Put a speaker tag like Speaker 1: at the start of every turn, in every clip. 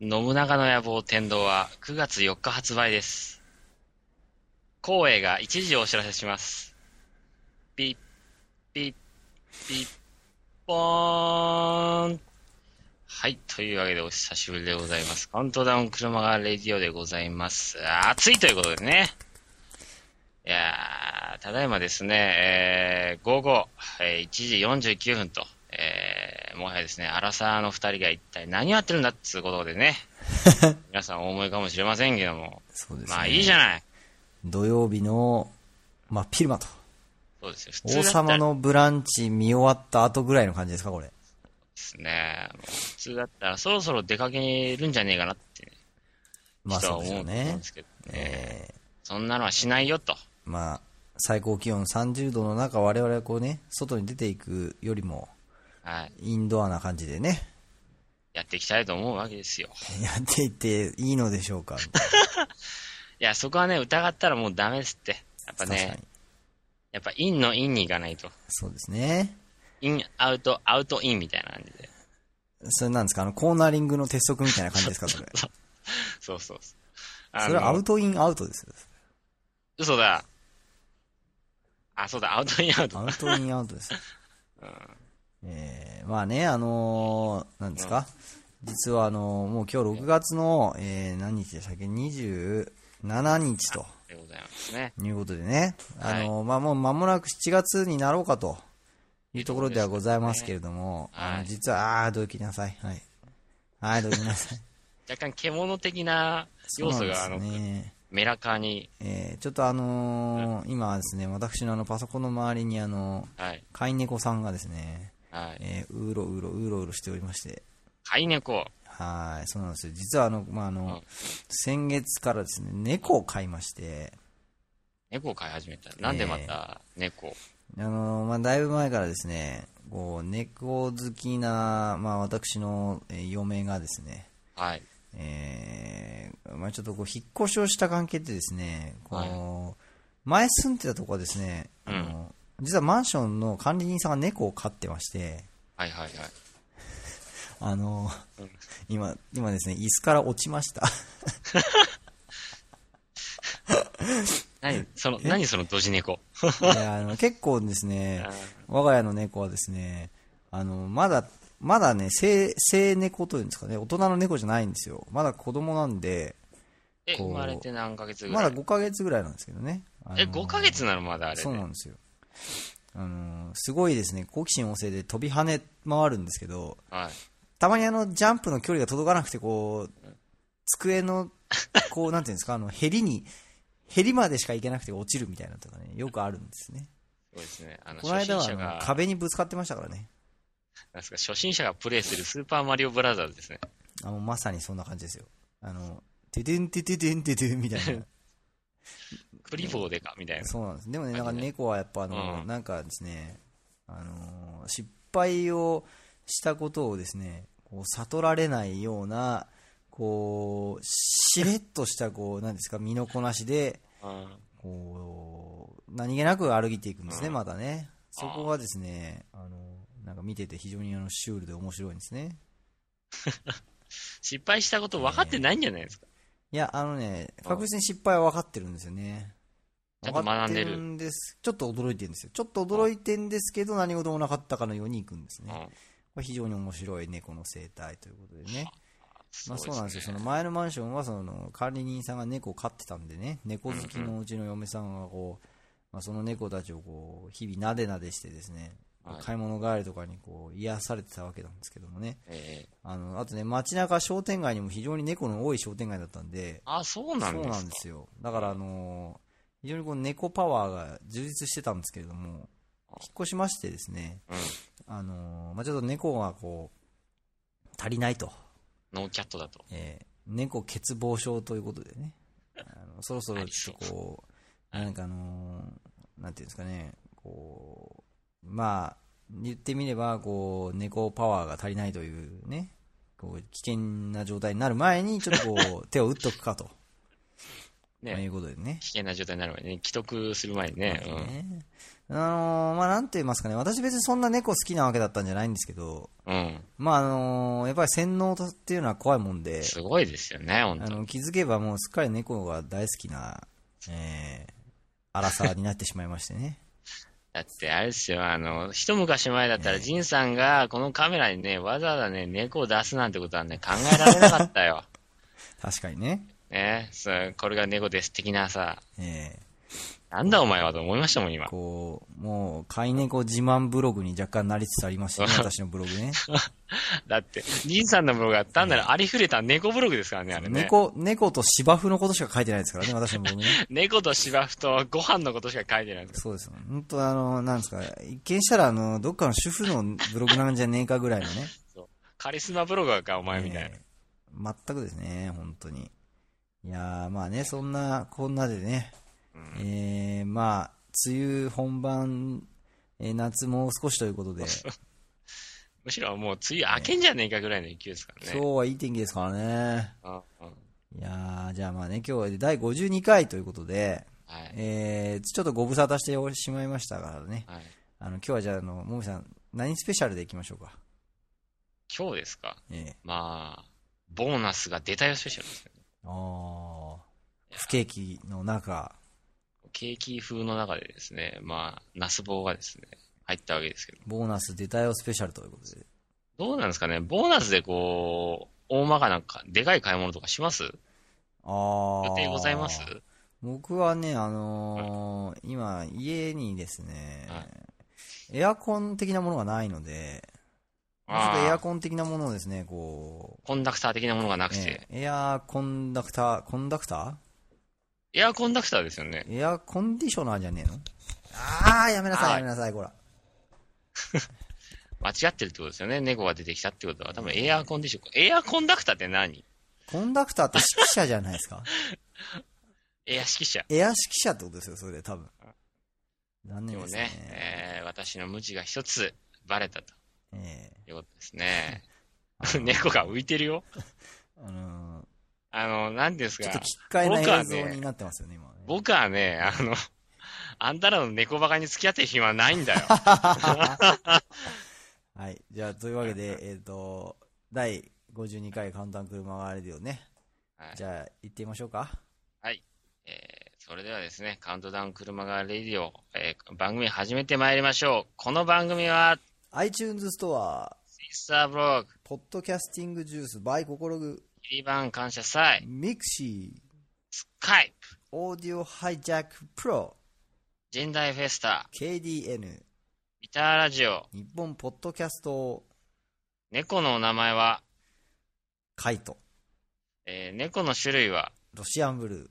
Speaker 1: 信長の野望天道は9月4日発売です。光栄が一時お知らせします。ピッ、ピッ、ピッ、ポーン。はい。というわけでお久しぶりでございます。カウントダウン車がレディオでございます。暑いということでね。いやー、ただいまですね、えー、午後、えー、1時49分と、えー、もはやですね、アラサーの二人が一体何やってるんだっつうことで ね、皆さんお思いかもしれませんけども。
Speaker 2: そうです
Speaker 1: ね。まあいいじゃない。
Speaker 2: 土曜日の、まあ昼間と。
Speaker 1: そうですよ、普
Speaker 2: 通王様のブランチ見終わった後ぐらいの感じですか、これ。
Speaker 1: ですね。普通だったらそろそろ出かけるんじゃねえかなって、ね、
Speaker 2: まあそうですよね。
Speaker 1: んですけどね、えー、そんなのはしないよと。
Speaker 2: まあ、最高気温30度の中、我々はこうね、外に出ていくよりも、、
Speaker 1: はい
Speaker 2: インドアな感じでね。
Speaker 1: やっていきたいと思うわけですよ。
Speaker 2: やっていっていいのでしょうか。
Speaker 1: いや、そこはね、疑ったらもうダメですって。やっぱね、やっぱインのインに行かないと。
Speaker 2: そうですね。
Speaker 1: イン、アウト、アウトインみたいな感じで。
Speaker 2: それなんですかあの、コーナリングの鉄則みたいな感じで すかそれ。。
Speaker 1: そうそうそう
Speaker 2: それはアウトインアウトですよ。
Speaker 1: 嘘だ。あ、そうだ、アウトインアウト。
Speaker 2: アウトインアウトです。
Speaker 1: うん、
Speaker 2: えー、まあね、あのー、なんですか、うん、実はあのー、もう今日6月の、えー、何日でしたっけ ?27 日と。
Speaker 1: でございますね。
Speaker 2: いうことでね、あのー、まあもう間もなく7月になろうかと。いうところではございますけれども、ね、あの実は、ああ、どきなさい。はい。はい、どき なさい。
Speaker 1: 若干獣的な要素が、あの、ね、メラカに。
Speaker 2: えー、ちょっとあのーうん、今ですね、私のあの、パソコンの周りにあの、
Speaker 1: はい、
Speaker 2: 飼い猫さんがですね、
Speaker 1: はい、
Speaker 2: えー、うろうろ、うろうろしておりまして。
Speaker 1: 飼い猫
Speaker 2: はい、そうなんですよ。実はあの、まあ、あの、うん、先月からですね、猫を飼いまして、
Speaker 1: 猫を飼い始めた。なんでまた猫、えー
Speaker 2: あのまあ、だいぶ前からですね、こう猫好きな、まあ、私の嫁がですね、
Speaker 1: はい
Speaker 2: えーまあ、ちょっとこう引っ越しをした関係でですね、こう前住んでたとこはですね、
Speaker 1: うん、あの
Speaker 2: 実はマンションの管理人さんが猫を飼ってまして、
Speaker 1: はいはいはい、
Speaker 2: あの今今ですね、椅子から落ちました
Speaker 1: 何その、何そのドジ猫
Speaker 2: あの結構ですね、 我が家の猫はですね、あの、まだ、まだね、生、生猫というんですかね、大人の猫じゃないんですよ。まだ子供なんで、
Speaker 1: え、生まれて何ヶ月ぐ
Speaker 2: らいまだ5ヶ月ぐらいなんですけどね。
Speaker 1: え、5ヶ月なのまだあれ、ね、
Speaker 2: そうなんですよ。あの、すごいですね、好奇心旺盛で飛び跳ね回るんですけど、
Speaker 1: はい、
Speaker 2: たまにあの、ジャンプの距離が届かなくて、こう、机の、 こう、なんていうんですか、あの、ヘりに、ヘりまでしか行けなくて落ちるみたいなとかね、よくあるんですね。
Speaker 1: そうですね。あの、
Speaker 2: この間は壁にぶつかってましたからね。
Speaker 1: なんですか、初心者がプレイするスーパーマリオブラザーズですね。
Speaker 2: あの、まさにそんな感じですよ。あの、ててんてててんててんみたいな。
Speaker 1: クリボーでかみたいな。
Speaker 2: そうなんです。でもね、なんか猫はやっぱあの、うん、なんかですね、あの、失敗をしたことをですね、こう悟られないような、こう、しれっとした、こう、なんですか、身のこなしで、こう、何気なく歩いていくんですね、またね。そこがですね、あの、なんか見てて非常にあのシュールで面白いんですね。
Speaker 1: 失敗したこと分かってないんじゃないですか、
Speaker 2: いや、あのね、確実に失敗は分かってるんですよね。
Speaker 1: ちょっと学んで
Speaker 2: るんです。ちょっと驚いてるんですよ。ちょっと驚いてるんですけど、何事もなかったかのようにいくんですね。これ非常に面白い猫の生態ということでね。まあ、そうなんですよ、その前のマンションはその管理人さんが猫を飼ってたんでね、猫好きのうちの嫁さんがこう、まあ、その猫たちをこう日々なでなでしてですね、買い物帰りとかにこう癒されてたわけなんですけどもね、あのあとね、街中商店街にも非常に猫の多い商店街だったんで、
Speaker 1: あそうなん
Speaker 2: ですよ、だから、あの非常にこう猫パワーが充実してたんですけれども、引っ越しましてですね、あのまあ、ちょっと猫がこう足りないと。
Speaker 1: ノーキャットだと。
Speaker 2: えー、猫欠乏症ということでね、あのそろそろちょっとこう、なんかあのー、なんていうんですかね、こう、まあ、言ってみれば、こう、猫パワーが足りないというね、こう、危険な状態になる前に、ちょっと こう、手を打っとくかと。
Speaker 1: ね、
Speaker 2: まあ、いうことでね。
Speaker 1: 危険な状態になる前に、ね、既得する前にね。
Speaker 2: ねあのーまあ、なんて言いますかね、私別にそんな猫好きなわけだったんじゃないんですけど、
Speaker 1: うん。
Speaker 2: まあ、あのーやっぱり洗脳っていうのは怖いもんで、
Speaker 1: すごいですよね、本
Speaker 2: あ
Speaker 1: 当
Speaker 2: の気づけばもうすっかり猫が大好きな、えー、荒さになってしまいましてね。
Speaker 1: だって、あれですよ、あの、一昔前だったら、ジンさんが、このカメラにね、わざわざね、猫を出すなんてことは ね、考えられなかったよ。
Speaker 2: 確かにね。
Speaker 1: ね、そう、これが猫です、的なさ、
Speaker 2: え
Speaker 1: なんだお前はと思いましたもん、今
Speaker 2: ー、。こう、もう、飼い猫自慢ブログに若干なりつつありましたね、私のブログね。
Speaker 1: だって、ジンさんのブログは単なるありふれた猫ブログですからね、あれね。
Speaker 2: 猫、猫と芝生のことしか書いてないですからね、私のブログね。
Speaker 1: 猫と芝生とご飯のことしか書いてないんです
Speaker 2: そうですよ。本当あの、なんですか、一見したら、あの、どっかの主婦のブログなんじゃねえかぐらいのね。
Speaker 1: カリスマブロガーか、お前みたいな。
Speaker 2: えー全くですね、本当に。いやー、まあね、そんな、こんなでね、えー、まあ、梅雨本番、えー夏もう少しということで、
Speaker 1: むしろもう、梅雨明けんじゃねえかぐらいの勢いですからね。
Speaker 2: 今日はいい天気ですからね。
Speaker 1: うんうん
Speaker 2: いやー、じゃあまあね、今日は第52回ということで、
Speaker 1: はい。
Speaker 2: えー、ちょっとご無沙汰してしまいましたからね、
Speaker 1: はい。
Speaker 2: あの、今日はじゃあ、あの、もみさん、何スペシャルでいきましょうか。
Speaker 1: 今日ですか
Speaker 2: ええ
Speaker 1: まあ、ボーナスが出たよスペシャルですよね。
Speaker 2: ああ、不景気の中、
Speaker 1: ケーキ風の中でですね、まあ、ナス棒がですね、入ったわけですけど。
Speaker 2: ボーナス出たよスペシャルということで。
Speaker 1: どうなんですかねボーナスでこう、大まかなんか、でかい買い物とかします
Speaker 2: ああ。
Speaker 1: 予定ございます
Speaker 2: 僕はね、あのー今、家にですね、
Speaker 1: は
Speaker 2: エアコン的なものがないので、ちょっとエ
Speaker 1: あ
Speaker 2: ア
Speaker 1: あ、
Speaker 2: コン的なものをですね、こ
Speaker 1: コンダクター的なものがな
Speaker 2: う、
Speaker 1: くて。
Speaker 2: ねエアコンダクター、コンダクタ
Speaker 1: エアコンダクターですよね。
Speaker 2: ーエアコンディショナーじゃねえのああ、やめなさい、
Speaker 1: は
Speaker 2: や
Speaker 1: い
Speaker 2: めなさい、こら。
Speaker 1: 間違ってるってことですよね。猫が出てきたってことは。多分エアコンディション。エアコンダクターって何
Speaker 2: コンダクターって指揮者じゃない ですか
Speaker 1: エア指揮者。
Speaker 2: エア指揮者ってことですよ、それで多分。残
Speaker 1: で
Speaker 2: 念
Speaker 1: も
Speaker 2: です
Speaker 1: ね
Speaker 2: ね。、
Speaker 1: えー私の無知が一 つバレたと
Speaker 2: え
Speaker 1: いうことですね。 猫が浮いてるよ。
Speaker 2: えあのー
Speaker 1: あの、なんです
Speaker 2: ちょ
Speaker 1: か
Speaker 2: っと。奇怪な
Speaker 1: 僕はね
Speaker 2: 映像になってますよね、今ね。
Speaker 1: 僕はね、あの、 あんたらの猫バカに付き合ってる暇はないんだよ。
Speaker 2: はい。じゃあ、というわけで、えっ、と、第52回簡単車があれだよね。
Speaker 1: はい
Speaker 2: じゃあ、行ってみましょうか。
Speaker 1: えーそれではですね、カウントダウン車がレディオ、えー番組始めてまいりましょう。この番組は、
Speaker 2: iTunes ストア、
Speaker 1: ツイスターブログ、
Speaker 2: ポッドキャスティングジュース、バイココログ、
Speaker 1: キリバン感謝祭、
Speaker 2: ミクシー、
Speaker 1: スカイプ、
Speaker 2: オーディオハイジャックプロ、
Speaker 1: ジェンダイフェスタ、
Speaker 2: KDN、
Speaker 1: ギターラジオ、
Speaker 2: 日本ポッドキャスト、
Speaker 1: 猫のお名前は、
Speaker 2: カイト、
Speaker 1: えー猫の種類は、
Speaker 2: ロシアンブルー、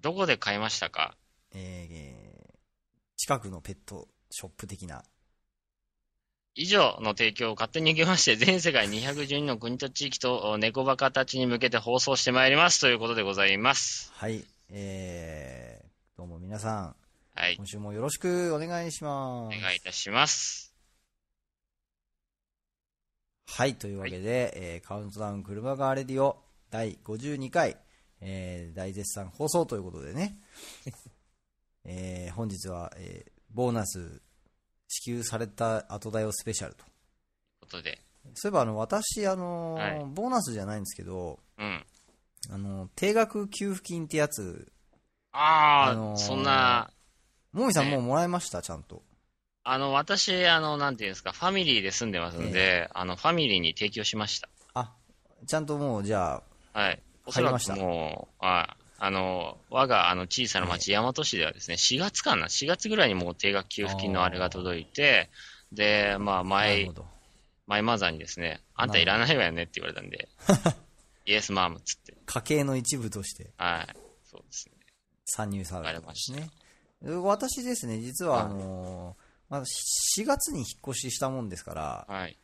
Speaker 1: どこで買いましたか
Speaker 2: えーえー近くのペットショップ的な。
Speaker 1: 以上の提供を勝手に受けまして、全世界212の国と地域とお猫バカたちに向けて放送してまいりますということでございます。
Speaker 2: はい。えー、どうも皆さん、
Speaker 1: はい。
Speaker 2: 今週もよろしくお願いしま
Speaker 1: お
Speaker 2: す。
Speaker 1: 願いいたします。
Speaker 2: はい、というわけで、えーカウントダウン車がレディオ第52回、えー大絶賛放送ということで ね、えー本日は、えーボーナス支給された後だよスペシャルと。
Speaker 1: ということで。
Speaker 2: そういえば、あの、私、あのー
Speaker 1: は
Speaker 2: ボーナスじゃないんですけど、
Speaker 1: うん。
Speaker 2: あのー定額給付金ってやつ、
Speaker 1: あー、
Speaker 2: あのー
Speaker 1: そんな、
Speaker 2: もみさん
Speaker 1: ね
Speaker 2: もうもらいました、ちゃんと。
Speaker 1: あの、私、あの、なんていうんですか、ファミリーで住んでますんで、あの、ファミリーに提供しました。
Speaker 2: あ、ちゃんともう、じゃあ、
Speaker 1: はい。おそ
Speaker 2: 入り
Speaker 1: ら
Speaker 2: ました
Speaker 1: くもう、ああの、我があの小さな町、大和市ではですね、4月かな、4月ぐらいにもう定額給付金のあれが届いて、で、まあ、
Speaker 2: なる
Speaker 1: 毎
Speaker 2: ほ、ど。
Speaker 1: マイマザーにですね、あんたいらないわよねって言われたんで、イエスマームっつって、
Speaker 2: 家計の一部として。
Speaker 1: はい。そうですね。
Speaker 2: 参入さ
Speaker 1: わ
Speaker 2: れ
Speaker 1: か
Speaker 2: た
Speaker 1: り
Speaker 2: んで
Speaker 1: ますし
Speaker 2: ね。私ですね、実はあのーまあ、4月に引っ越ししたもんですから、
Speaker 1: はい。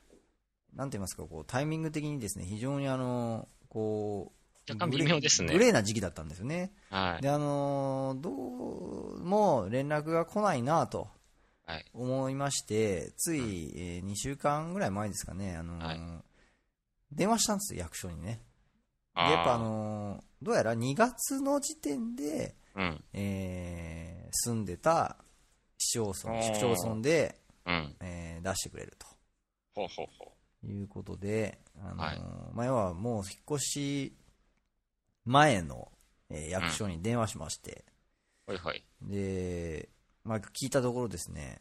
Speaker 2: なんて言いますか、こうタイミング的にですね、非常にあのーこう、
Speaker 1: 若干微妙ですね
Speaker 2: グレーな時期だったんですよね。
Speaker 1: はい。
Speaker 2: で、あのーどうも連絡が来ないなと
Speaker 1: はい
Speaker 2: 思いまして、つい、え2週間ぐらい前ですかね、あのー
Speaker 1: はい
Speaker 2: 電話したんですよ、役所にね。で
Speaker 1: ー
Speaker 2: やっぱあのーどうやら2月の時点で、
Speaker 1: うん。
Speaker 2: えー住んでた市町
Speaker 1: お
Speaker 2: 村、
Speaker 1: ー
Speaker 2: 市区町村で、
Speaker 1: うん。
Speaker 2: えー出してくれる
Speaker 1: ほうほうほ
Speaker 2: ということで、あのー
Speaker 1: はい
Speaker 2: まあ、要はもう引っ越し前の、えー役所に電話しまして、
Speaker 1: う。ほいほい。
Speaker 2: で、まあ、聞いたところですね、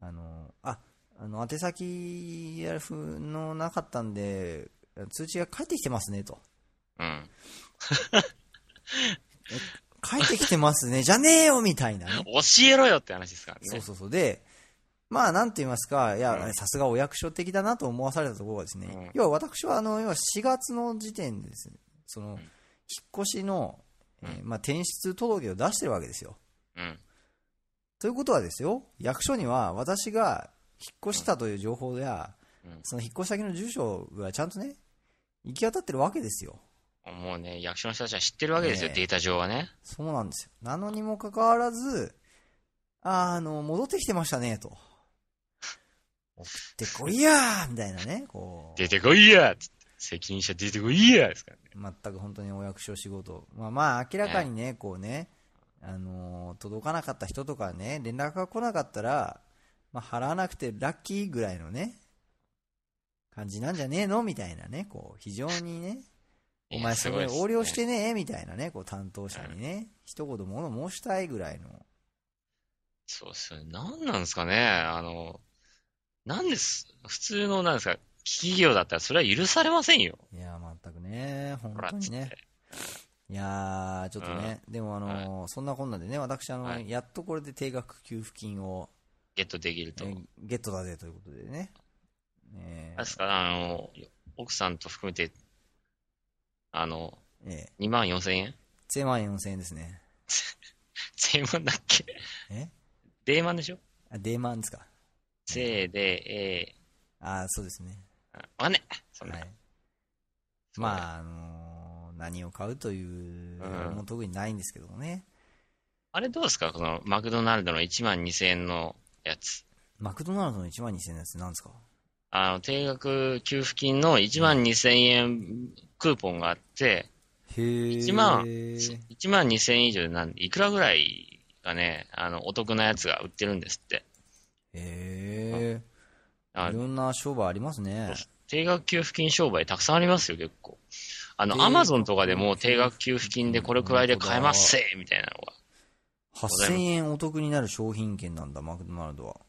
Speaker 2: あの、あ、あの、宛先やふのなかったんで、通知が返ってきてますね、と。
Speaker 1: うん。
Speaker 2: 返ってきてますね、じゃねえよ、みたいなね。
Speaker 1: 教えろよって話ですからね。
Speaker 2: そうそうそう。で、まあ、なんて言いますか、いや
Speaker 1: う、ん
Speaker 2: さすがお役所的だなと思わされたところはですね、
Speaker 1: うん
Speaker 2: 要は私は、あの、要は4月の時点でですね、その、引っ越しの、えーまあ、転出届を出してるわけですよ。
Speaker 1: うん。
Speaker 2: ということはですよ、役所には私が引っ越したという情報や、
Speaker 1: うん
Speaker 2: その引っ越し先の住所がちゃんとね、行き渡ってるわけですよ。
Speaker 1: もうね、役所の人たちは知ってるわけですよ、
Speaker 2: ねえ
Speaker 1: データ上はね。
Speaker 2: そうなんですよ。なのにもかかわらず、あーあの、戻ってきてましたね、と。送ってこいやーみたいなね、こう
Speaker 1: 出、てこいやつって責任者出てこいやですからね。
Speaker 2: 全く本当にお役所仕事。まあまあ、明らかにね、こうね、あのー届かなかった人とかね、連絡が来なかったら、まあ、払わなくてラッキーぐらいのね、感じなんじゃねえのみたいなね、こう、非常にね、お前それ
Speaker 1: いや
Speaker 2: 横領し。
Speaker 1: すごいですね
Speaker 2: てねえみたいなね、こう担当者にね、一言物申したいぐらいの。
Speaker 1: そうっすよね。なんなんですかね、あの、なんです、普通のなんですか、企業だったらそれは許されませんよ。
Speaker 2: いや、全くね、本
Speaker 1: ほら、
Speaker 2: 当
Speaker 1: つ
Speaker 2: に
Speaker 1: っ
Speaker 2: ね
Speaker 1: て。。
Speaker 2: いやー、ちょっとね、でもあのーそんなこんなでね、私、あのー
Speaker 1: はい
Speaker 2: やっとこれで定額給付金を、
Speaker 1: ゲットできると。
Speaker 2: えーゲットだぜということでね。え
Speaker 1: 確か、あの、奥さんと含めて、あの、
Speaker 2: ー、え
Speaker 1: 2万4千円
Speaker 2: ー、1万4000円ですね。
Speaker 1: 税万だっけ
Speaker 2: え
Speaker 1: 税万でしょ
Speaker 2: あ、デーマンですか。
Speaker 1: 税で、え
Speaker 2: あー、そうですね。
Speaker 1: ー、あわねそんな、
Speaker 2: はい。
Speaker 1: そうね
Speaker 2: まあ、あのー何を買うという
Speaker 1: うん
Speaker 2: もう特にないんですけどもね。
Speaker 1: あれどうですかこのマクドナルドの1万2千円のやつ。
Speaker 2: マクドナルドの1万2000円のやつなんですか
Speaker 1: あの、定額給付金の1万2千円クーポンがあって、
Speaker 2: へえ。
Speaker 1: 1万、1万2千円以上でなんいくらぐらいがね、あの、お得なやつが売ってるんですって。
Speaker 2: へえ。
Speaker 1: あ
Speaker 2: いろんな商売ありますね。
Speaker 1: 定額給付金商売たくさんありますよ、結構。あの、
Speaker 2: 定
Speaker 1: ア
Speaker 2: 額
Speaker 1: マゾンとかでも定額給付金でこれくらいで買えますせみたいなのが。
Speaker 2: 8000円お得になる商品券なんだ、マクドナルドは。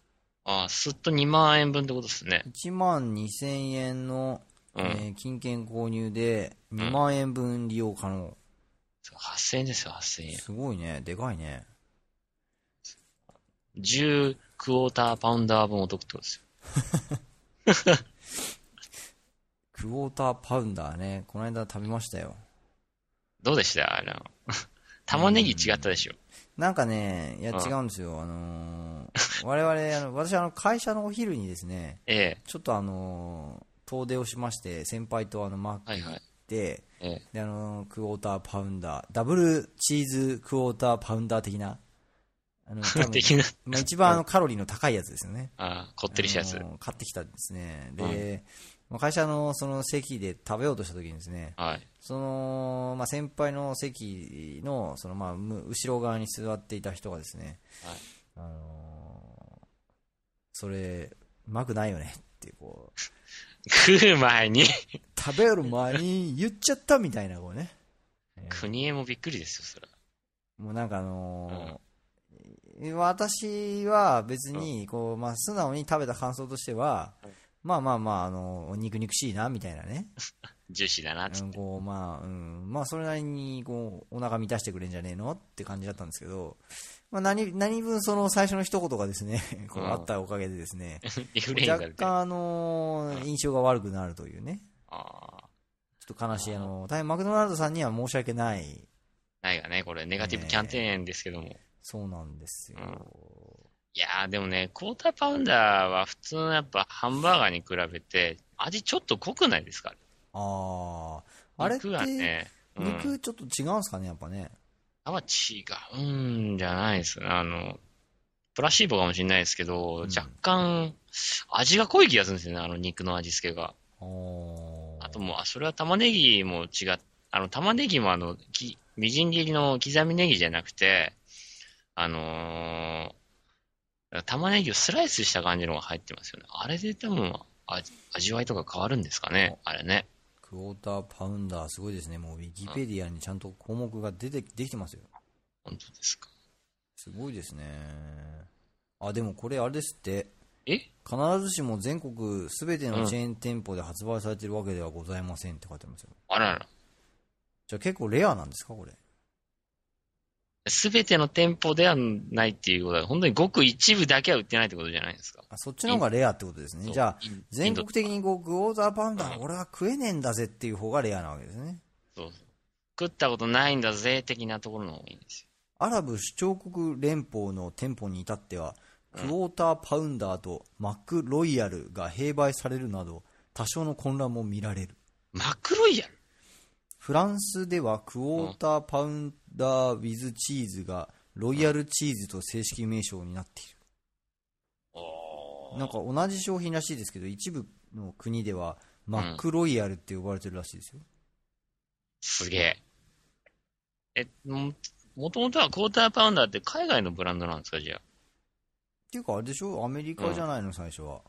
Speaker 1: ああ、すっと2万円分ってことですね。
Speaker 2: 1万2000円の、
Speaker 1: うん
Speaker 2: えー金券購入で2万円分利用可能。
Speaker 1: 8000円ですよ、8000円。
Speaker 2: すごいね、でかいね。
Speaker 1: 10クォーターパウンダー分お得ってことですよ。
Speaker 2: クォーターパウンダーね、この間食べましたよ。
Speaker 1: どうでしたあの、 玉ねぎ違ったでしょ。
Speaker 2: なんかね、いや
Speaker 1: うん
Speaker 2: 違うんですよ。あの ー我々、あの私あの会社のお昼にですね、
Speaker 1: え
Speaker 2: ちょっとあのー遠出をしまして、先輩とあのマッ
Speaker 1: え。
Speaker 2: ク
Speaker 1: はい
Speaker 2: 行
Speaker 1: はい。
Speaker 2: って、
Speaker 1: ええ。
Speaker 2: であのクォーターパウンダーダブルチーズクォーターパウンダー的な あの多分
Speaker 1: 的な、
Speaker 2: まあ、一番あのカロリーの高いやつですよね
Speaker 1: ああ、こってりしたやつ
Speaker 2: あ。の買ってきたんですねで、まあ会社のその席で食べようとした時にですね
Speaker 1: はい。
Speaker 2: その、まあ、先輩の席のその、まあ、む後ろ側に座っていた人がですね、
Speaker 1: はい
Speaker 2: あのーそれうまくないよねってこう
Speaker 1: 食う前に、
Speaker 2: 食べる前に言っちゃったみたいなこうね
Speaker 1: 国へもびっくりですよ、それは。
Speaker 2: もうなんかあのー私は別にこう、まあ、素直に食べた感想としては、まあまあまあ、あのー肉肉しいなみたいなね、
Speaker 1: ジューシーだな、つ
Speaker 2: う
Speaker 1: っ
Speaker 2: ん
Speaker 1: て。
Speaker 2: こうまあうんまあ、それなりにこうお腹満たしてくれんじゃねえのって感じだったんですけど、まあ、何何分その最初の一言がですねこう
Speaker 1: うん
Speaker 2: あったおかげでですね
Speaker 1: リフレインが
Speaker 2: 若
Speaker 1: 出て。あ
Speaker 2: 干、あのー印象が悪くなるというね、
Speaker 1: あ。
Speaker 2: ちょっと悲しい、あのー大変マクドナルドさんには申し訳ない、
Speaker 1: ないがね、これ、ネガティブキャンペーンですけども。
Speaker 2: そうなんですよ。
Speaker 1: いやー、でもね、クォーターパウンダーは普通のやっぱハンバーガーに比べて、味ちょっと濃くないですか
Speaker 2: ああ、あれって、
Speaker 1: 肉はね、うん、
Speaker 2: 肉ちょっと違うんですかね、やっぱね。
Speaker 1: あんま違うんじゃないですかね。あの、プラシーボかもしれないですけど、
Speaker 2: ん
Speaker 1: 若干、味が濃い気がするんですよね、あの肉の味付けが。
Speaker 2: おー
Speaker 1: あともう、あ、それは玉ねぎも違っ、あの、玉ねぎもあの、き、みじん切りの刻みネギじゃなくて、あのー玉ねぎをスライスした感じのが入ってますよね。あれででも、あ味わいとか変わるんですかねあれね。
Speaker 2: クォーターパウンダー、すごいですね。もう、ウィキペディアにちゃんと項目が出て、できてますよ。
Speaker 1: 本当ですか。
Speaker 2: すごいですね。あ、でもこれあれですって。
Speaker 1: え
Speaker 2: 必ずしも全国すべてのチェーン店舗で発売されてるわけではございませんって書いてますよ。
Speaker 1: あらら。
Speaker 2: じゃあ結構レアなんですかこれ。
Speaker 1: すべての店舗ではないっていうことは、本当にごく一部だけは売ってないってことじゃないですか。
Speaker 2: あ、そっちの方がレアってことですね。じゃあ、全国的にこう、クォーターパウンダー、俺は食えねえんだぜっていう方がレアなわけですね。
Speaker 1: そうそう食ったことないんだぜ、的なところの方がいいんです
Speaker 2: アラブ首長国連邦の店舗に至っては、クォーターパウンダーとマックロイヤルが併売されるなど、多少の混乱も見られる。
Speaker 1: よ。マクロイヤル
Speaker 2: フランスではクォーターパウンダーウィズチーズがロイヤルチーズと正式名称になってい
Speaker 1: お
Speaker 2: る。なんか同じ商品らしいですけど、一部の国ではマックロイヤルって呼ばれてるらしいですよ。
Speaker 1: すげえ。え、も、もともとはクォーターパウンダーって海外のブランドなんですか、じゃあ。
Speaker 2: っていうかあれでしょアメリカじゃないの、最初は。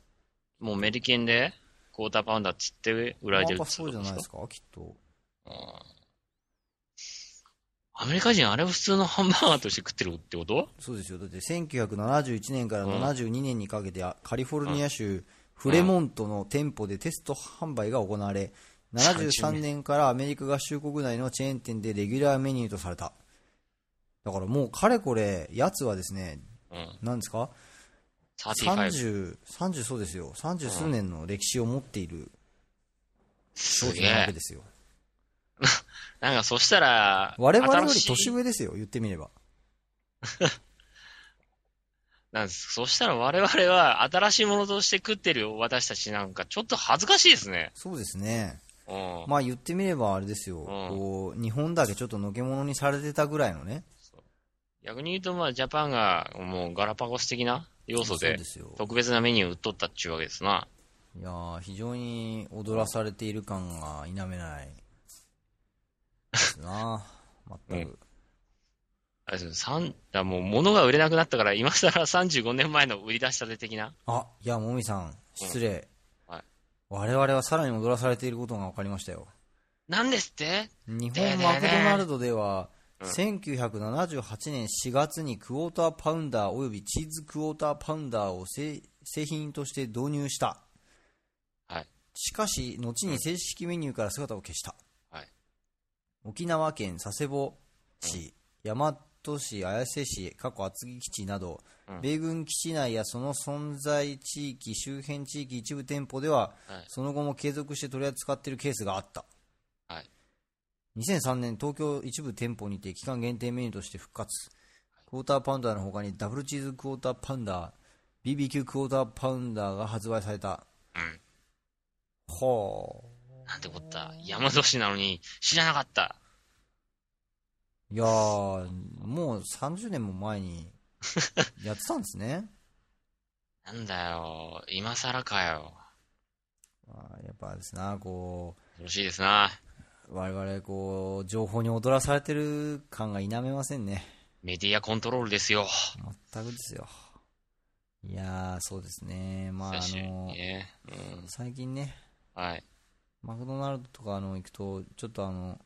Speaker 1: もうメリケンで、クォーターパウンダーっつって売ら
Speaker 2: や
Speaker 1: れて
Speaker 2: っ
Speaker 1: るって
Speaker 2: ぱ
Speaker 1: こ
Speaker 2: そうじ
Speaker 1: と
Speaker 2: ゃ
Speaker 1: で
Speaker 2: ない
Speaker 1: す
Speaker 2: で
Speaker 1: か
Speaker 2: すかきっと。
Speaker 1: アメリカ人あれを普通のハンバーガーとして食ってるってこと
Speaker 2: そうですよ。だって1971年から72年にかけて、あカリフォルニア州フレモントの店舗でテスト販売が行われ、73年からアメリカ合衆国内のチェーン店でレギュラーメニューとされた。だからもうかれこれ、やつはですね、
Speaker 1: うん。
Speaker 2: 何ですか
Speaker 1: 35。
Speaker 2: 30、30そうですよ。30数年の歴史を持っている商
Speaker 1: すげ
Speaker 2: 品なわけ
Speaker 1: え。
Speaker 2: ですよ。
Speaker 1: なんかそしたら、
Speaker 2: 我々より
Speaker 1: 新しい
Speaker 2: 年上ですよ、言ってみれば。
Speaker 1: なんです。そしたら我々は新しいものとして食ってる私たちなんかちょっと恥ずかしいですね。
Speaker 2: そうですね。
Speaker 1: うん。
Speaker 2: まあ言ってみればあれですよ、
Speaker 1: ん
Speaker 2: こう日本だけちょっとのけものにされてたぐらいのね、
Speaker 1: 逆に言うとまあジャパンがもうガラパゴス的な要素
Speaker 2: そう
Speaker 1: で
Speaker 2: ですよ
Speaker 1: 特別なメニューを売っとったっちゅうわけですな。
Speaker 2: いやー非常に踊らされている感が否めないですな、全く、
Speaker 1: あれですよ三、だもう物が売れなくなったから今更35年前の売り出したて的な。
Speaker 2: あいや、もみさん、失礼、
Speaker 1: うんはい
Speaker 2: 我々はさらに踊らされていることが分かりましたよ、
Speaker 1: なんですって
Speaker 2: 日
Speaker 1: でね
Speaker 2: 本マクドナルドでは、
Speaker 1: うん
Speaker 2: 1978年4月にクォーターパウンダーおよびチーズクォーターパウンダーを製製品として導入した。
Speaker 1: はい。
Speaker 2: しかし、後に正式メニューから姿を消した。
Speaker 1: はい
Speaker 2: 沖縄県佐世保市、大和市、綾瀬市、過去厚木基地など、
Speaker 1: うん
Speaker 2: 米軍基地内やその存在地域、周辺地域、一部店舗では、
Speaker 1: はい
Speaker 2: その後も継続して取り扱っているケースがあった。
Speaker 1: はい
Speaker 2: 2003年、東京一部店舗にて期間限定メニューとして復活。クォーターパウンダーの他にダブルチーズクォーターパウンダー、BBQ クォーターパウンダーが発売された。
Speaker 1: うん。
Speaker 2: は
Speaker 1: なんてこった。山年なのに知らなかった。
Speaker 2: あ。いやー、もう30年も前にやってたんですね。
Speaker 1: なんだよ。今更かよ。
Speaker 2: あーやっぱですな、こ
Speaker 1: よろしいですな。
Speaker 2: う、我々、こう、情報に踊らされてる感が否めませんね。
Speaker 1: メディアコントロールですよ。
Speaker 2: 全くですよ。いやー、そうですね。まあ、あ
Speaker 1: 久しぶり
Speaker 2: の
Speaker 1: に、ね。うん。
Speaker 2: 最近ね、
Speaker 1: はい。
Speaker 2: マクドナルドとかあの行くと、ちょっとあの、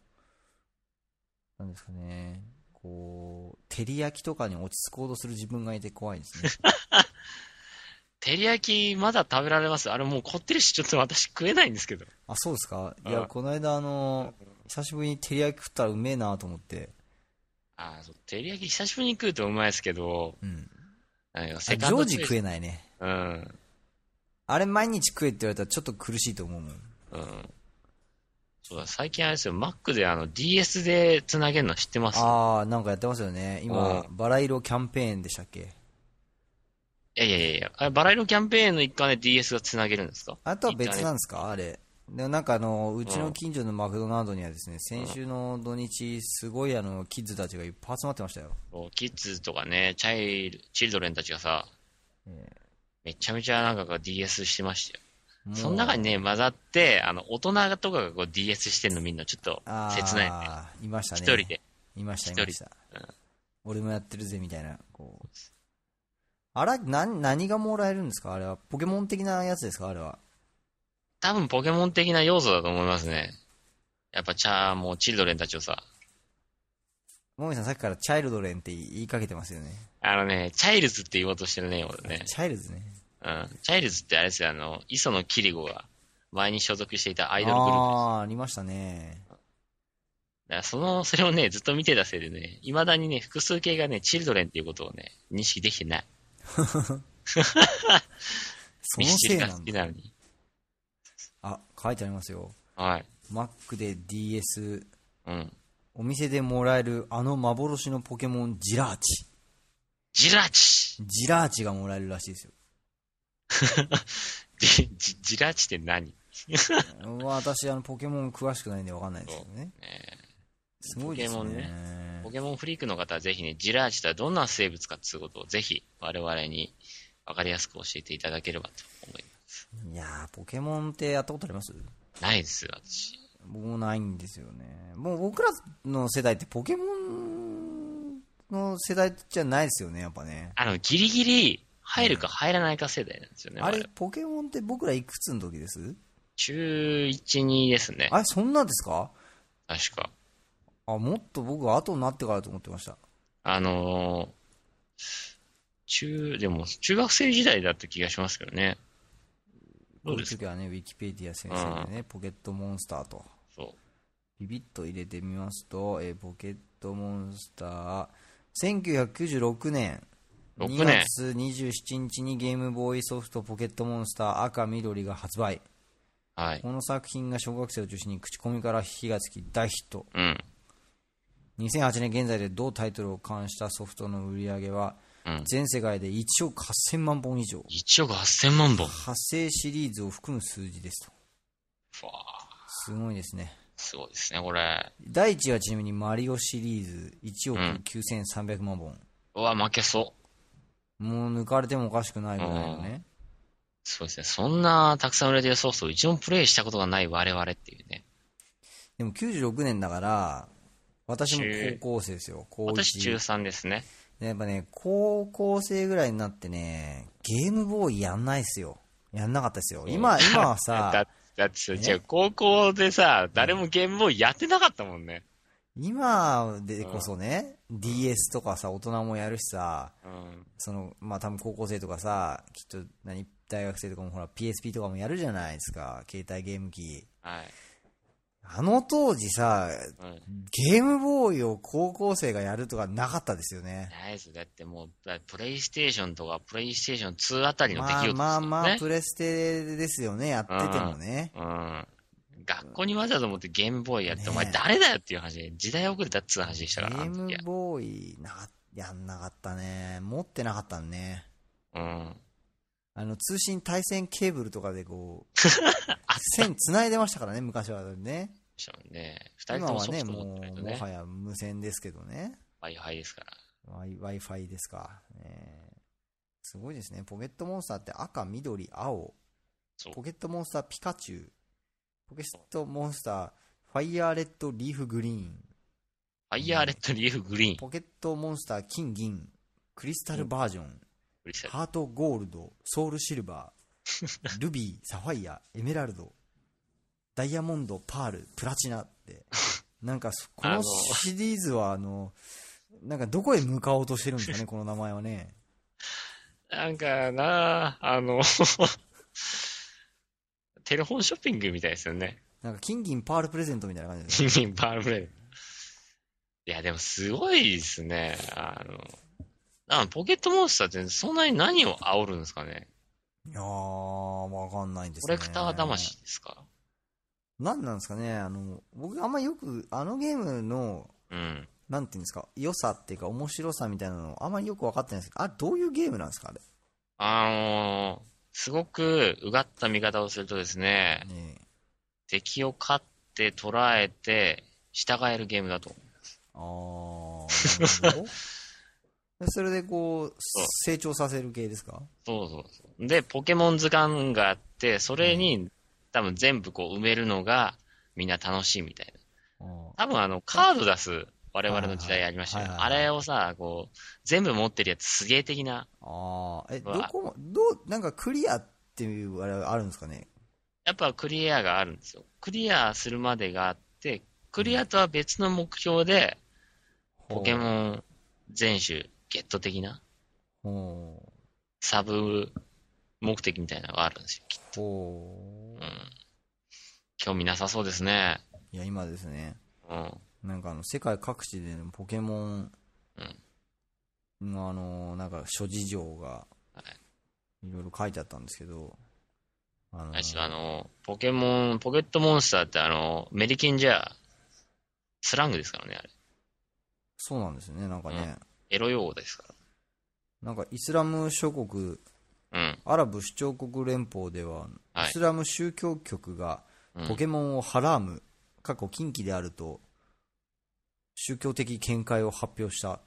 Speaker 2: なんですかね、こう、照り焼きとかに落ち着こうとする自分がいて怖いで すね。
Speaker 1: 照り焼きまだ食べられますあれもうこってりし、ちょっと私食えないんですけど。
Speaker 2: あ、そうですかい
Speaker 1: あ
Speaker 2: や、この間あの、久しぶりに照り焼き食ったらうめえなと思って、
Speaker 1: ああ、そう、照り焼き久しぶりに食うとうまいですけど、
Speaker 2: うん。
Speaker 1: なんか
Speaker 2: あれ
Speaker 1: セカンド
Speaker 2: 常時食
Speaker 1: え。
Speaker 2: えないね。
Speaker 1: うん。
Speaker 2: あれ毎日食えって言われたらちょっと苦しいと思うもん。
Speaker 1: うん。そうだ、最近あれですよ、マックであの DS で繋げるの知ってます
Speaker 2: あー、なんかやってますよね。今
Speaker 1: う、
Speaker 2: バラ色キャンペーンでしたっけ
Speaker 1: いやいやいやいや、あれバラ色キャンペーンの一環で DS が繋げるんですか
Speaker 2: あとは別なんですかあれ。でなんかあの、うちの近所のマクドナルドにはですね、先週の土日、すごいあの、キッズたちがいっぱい集まってましたよ。
Speaker 1: そうキッズとかね、チャイル、チルドレンたちがさ、めちゃめちゃなんか DS してましたよ。
Speaker 2: もう
Speaker 1: その中にね、混ざって、あの、大人とかがこう DS してんのみんなちょっと
Speaker 2: あー
Speaker 1: 切ないよね。
Speaker 2: いましたね。
Speaker 1: 一人で。
Speaker 2: いました、
Speaker 1: 一
Speaker 2: い
Speaker 1: 人
Speaker 2: ました。俺もやってるぜ、みたいな、こう。あら、な、何がもらえるんですかあれは。ポケモン的なやつですかあれは。
Speaker 1: 多分ポケモン的な要素だと思いますね。やっぱチャー、もうチルドレンたちをさ。
Speaker 2: もみさんさっきからチャイルドレンって言いかけてますよね。
Speaker 1: あのね、チャイルズって言おうとしてるね、俺ね。
Speaker 2: チャイルズね。
Speaker 1: うん。チャイルズってあれですよ、あの、磯野キリゴが前に所属していたア
Speaker 2: ア
Speaker 1: イドルグループです。
Speaker 2: あー、ありましたね。
Speaker 1: だからその、それをね、ずっと見てたせいでね、未だにね、複数形がね、チルドレンっていうことをね、認識できてない。
Speaker 2: そ
Speaker 1: ミ
Speaker 2: の
Speaker 1: スチ
Speaker 2: せ
Speaker 1: ル
Speaker 2: い
Speaker 1: が
Speaker 2: な
Speaker 1: 好
Speaker 2: ん
Speaker 1: き
Speaker 2: だ。
Speaker 1: なのに。
Speaker 2: あ、書いてありますよ。
Speaker 1: はい。
Speaker 2: Mac で DS、
Speaker 1: うん。
Speaker 2: お店でもらえるあの幻のポケモンジラーチ。
Speaker 1: ジラチ
Speaker 2: ジラーチがもらえるらしいですよ。
Speaker 1: ジジジラチって 何
Speaker 2: 私、あの、ポケモン詳しくないんでわかんないですけどね。すごいですね。
Speaker 1: ポケモンポケモンフリークの方はぜひね、ジラーチとはどんな生物かっていうことをぜひ我々に分かりやすく教えていただければと思いま
Speaker 2: いやー、ポケモンってやったことあります
Speaker 1: す。ないです、私。
Speaker 2: 僕もないんですよね。もう僕らの世代ってポケモンの世代じゃないですよね、やっぱね。
Speaker 1: あの、ギリギリ入るか入らないか世代なんですよね。
Speaker 2: あ
Speaker 1: 我
Speaker 2: れ
Speaker 1: 々、
Speaker 2: ポケモンって僕らいくつの時です
Speaker 1: 中1、2ですね。
Speaker 2: あれ、そんなんですか
Speaker 1: 確か。
Speaker 2: あ、もっと僕は後になってからと思ってました。
Speaker 1: あのー中、でも、中学生時代だった気がしますけどね。
Speaker 2: こ
Speaker 1: ど
Speaker 2: う
Speaker 1: う
Speaker 2: いう
Speaker 1: ですか
Speaker 2: 時はね、ウィキペディア先生でね、ポケットモンスターと。
Speaker 1: そ
Speaker 2: ビビッと入れてみますと、えーポケットモンスター、1996年、
Speaker 1: 6年
Speaker 2: 2月27日にゲームボーイソフトポケットモンスター赤緑が発売。
Speaker 1: う。はい。
Speaker 2: この作品が小学生を中心に口コミから火がつき大ヒット。
Speaker 1: うん。
Speaker 2: 2008年現在で同タイトルを冠したソフトの売り上げは、
Speaker 1: うん
Speaker 2: 全世界で1億8000万本以上。
Speaker 1: 1億8000万本。
Speaker 2: 派生シリーズを含む数字ですと。
Speaker 1: ふわー
Speaker 2: すごいですね。
Speaker 1: すごいですね、これ。
Speaker 2: 第1位はちなみにマリオシリーズ1億9300万本。
Speaker 1: うわ、負けそう。
Speaker 2: もう抜かれてもおかしくないぐらいのね。
Speaker 1: そうですね。そんなたくさん売れてるソフトを一度もプレイしたことがない我々っていうね。
Speaker 2: でも96年だから、私も
Speaker 1: 中
Speaker 2: 高校生ですよ。高
Speaker 1: 私中
Speaker 2: 1。
Speaker 1: 3ですね。
Speaker 2: やっぱね、高校生ぐらいになってね、ゲームボーイやんないっすよ。やんなかったっすよ。今、今はさ
Speaker 1: だ、だってさ、
Speaker 2: ね
Speaker 1: 違う、高校でさ、誰もゲームボーイやってなかったもんね。
Speaker 2: 今でこそね、DS とかさ、大人もやるしさ、
Speaker 1: うん。
Speaker 2: その、まあ多分高校生とかさ、きっと何、大学生とかもほら PSP とかもやるじゃないですか。携帯ゲーム機。
Speaker 1: はい。
Speaker 2: あの当時さ、
Speaker 1: うん。
Speaker 2: ゲームボーイを高校生がやるとかなかったですよね。
Speaker 1: ナイス。だってもう、だプレイステーションとか、プレイステーション2あたりの出来
Speaker 2: まあ
Speaker 1: 事です
Speaker 2: まあ
Speaker 1: よ
Speaker 2: まあ、
Speaker 1: ね。
Speaker 2: プレステですよね、やっててもね。
Speaker 1: うん。学校にわざわざ持ってゲームボーイやって、
Speaker 2: ねえ
Speaker 1: お前誰だよっていう話、時代遅れたっつう話でし
Speaker 2: ゲ
Speaker 1: たから、あ
Speaker 2: ー
Speaker 1: の
Speaker 2: ム
Speaker 1: 時は
Speaker 2: ボーイな、やんなかったね。持ってなかったね。
Speaker 1: うん。
Speaker 2: あの、通信対線ケーブルとかでこう、 線繋いでましたからね、昔はね。
Speaker 1: そうね。二人
Speaker 2: 今
Speaker 1: とも
Speaker 2: は
Speaker 1: ソフ
Speaker 2: ね、
Speaker 1: ト持っ
Speaker 2: も
Speaker 1: てないと
Speaker 2: う、
Speaker 1: ね
Speaker 2: も。はや無線ですけどね。
Speaker 1: Wi-Fi ですから。
Speaker 2: Wi- Wi-Fi ですか。ねすごいですね。ポケットモンスターって赤、緑、青。
Speaker 1: そう
Speaker 2: ポケットモンスターピカチュウ。ポケットモンスターファイヤーレッドリーフグリーン。
Speaker 1: ファイヤーレッドリーフグリーン。
Speaker 2: ポケットモンスター金銀。クリスタルバージョン。
Speaker 1: プリセット
Speaker 2: ハートゴールド。ソウルシルバ ー。ルビー、サファイア、エメラルド。ダイヤモンド、パール、プラチナって。な んかそ、こ
Speaker 1: あ
Speaker 2: の
Speaker 1: の
Speaker 2: シリーズはあの、なんかどこへ向かおうとしてるんですかね、この名前はね。
Speaker 1: なんかなあ、あの、 テレフォンショッピングみたいですよね。
Speaker 2: なんか金銀パールプレゼントみたいな感じです。
Speaker 1: 金銀パールブレード。いや、でもすごいですね。あの、なんかポケットモンスターってそんなに何を煽るんですかね。
Speaker 2: い やー、わかんないです
Speaker 1: コ
Speaker 2: ね。
Speaker 1: レクター魂ですか
Speaker 2: なんなんですかね、あの、僕あんまよく、あのゲームの、
Speaker 1: うん。
Speaker 2: なんていうんですか、良さっていうか面白さみたいなのあんまりよく分かってないんですけど、あれどういうゲームなんですか、あれ。
Speaker 1: あのすごくうがった見方をするとですね、
Speaker 2: ねえ
Speaker 1: 敵を狩って捉えて従えるゲームだと。
Speaker 2: あー、なるほど でそれでこう、成長させる系ですか
Speaker 1: そうそうそう。で、ポケモン図鑑があって、それに多分全部こう埋めるのがみんな楽しいみたいな。
Speaker 2: あー
Speaker 1: 多分あのカード出す我々の時代ありましたけど、
Speaker 2: はいは
Speaker 1: あ
Speaker 2: いはいはい
Speaker 1: れをさ、こう、全部持ってるやつすげえ的な。
Speaker 2: ああ、え、
Speaker 1: う
Speaker 2: ど
Speaker 1: わ
Speaker 2: こも、どう、なんかクリアっていうあれはあるんですかね
Speaker 1: やっぱクリアがあるんですよ。クリアするまでがあって、クリアとは別の目標で、ポケモ
Speaker 2: ン。
Speaker 1: ン全種ゲット的な
Speaker 2: ほう。
Speaker 1: サブ目的みたいなのがあるんですよ。
Speaker 2: ほう。
Speaker 1: 興味なさそうですね。
Speaker 2: いや、今ですね、
Speaker 1: うん。
Speaker 2: なんかあの、世界各地でのポケモンの、あの、なんか諸事情が、いろいろ書いてあったんですけど、あの
Speaker 1: あいつあの、ポケモン、ポケットモンスターってあの、メリケンじゃ、スラングですからね、あれ。
Speaker 2: そうなんですよね、なんかね、
Speaker 1: エロ用語ですか
Speaker 2: なんかイスラム諸国、
Speaker 1: ら。うん。
Speaker 2: アラブ首長国連邦では、
Speaker 1: はい
Speaker 2: イスラム宗教局が
Speaker 1: うん
Speaker 2: ポケモンをハラーム、過去禁忌であると、宗教的見解を発表した。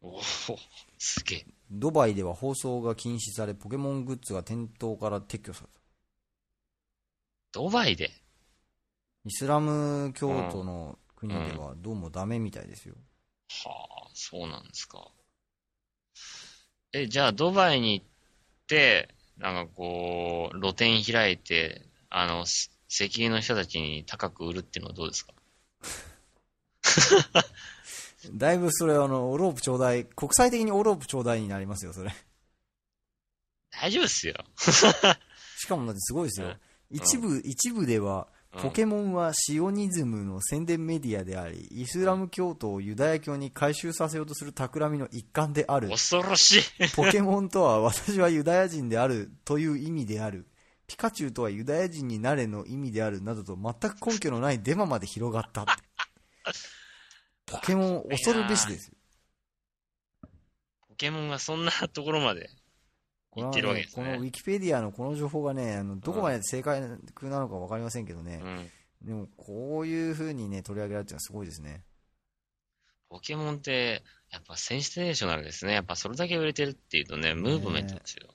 Speaker 1: おおすげえ。
Speaker 2: ドバイでは放送が禁止され、ポケモングッズが店頭から撤去された。
Speaker 1: ドバイで。
Speaker 2: イスラム教徒の国ではどうもダメみたいですよ。
Speaker 1: はあ、そうなんですか。え、じゃあ、ドバイに行って、なんかこう、露店開いて、あの、す石油の人たちに高く売るっていうのはどうですか
Speaker 2: だいぶそれ、あの、オロープちょうだい、国際的にオロープちょうだいになりますよ、それ。
Speaker 1: 大丈夫っすよ。
Speaker 2: しかもだってすごいです
Speaker 1: う
Speaker 2: よ
Speaker 1: ん。
Speaker 2: 一部、一部では、
Speaker 1: うん
Speaker 2: ポケモンはシオニズムの宣伝メディアであり、イスラム教徒をユダヤ教に改宗させようとする企みの一環である。
Speaker 1: 恐ろしい。
Speaker 2: ポケモンとは私はユダヤ人であるという意味である。ピカチュウとはユダヤ人になれの意味であるなどと全く根拠のないデマまで広がった。ポケモンを恐るべしですよ。
Speaker 1: ポケモンがそんなところまで
Speaker 2: こ
Speaker 1: 行
Speaker 2: れ
Speaker 1: っ
Speaker 2: は
Speaker 1: てるわけ
Speaker 2: ね
Speaker 1: です
Speaker 2: このウ
Speaker 1: ね。
Speaker 2: ィキペディアのこの情報がね、あのどこまで正解なのか分かりませんけどね
Speaker 1: う、ん。
Speaker 2: でもこういう風にね、取り上げられてるのはすごいですね。
Speaker 1: ポケモンって、やっぱセンセーショナルですね。やっぱそれだけ売れてるっていうとね、ムーブメントですよ。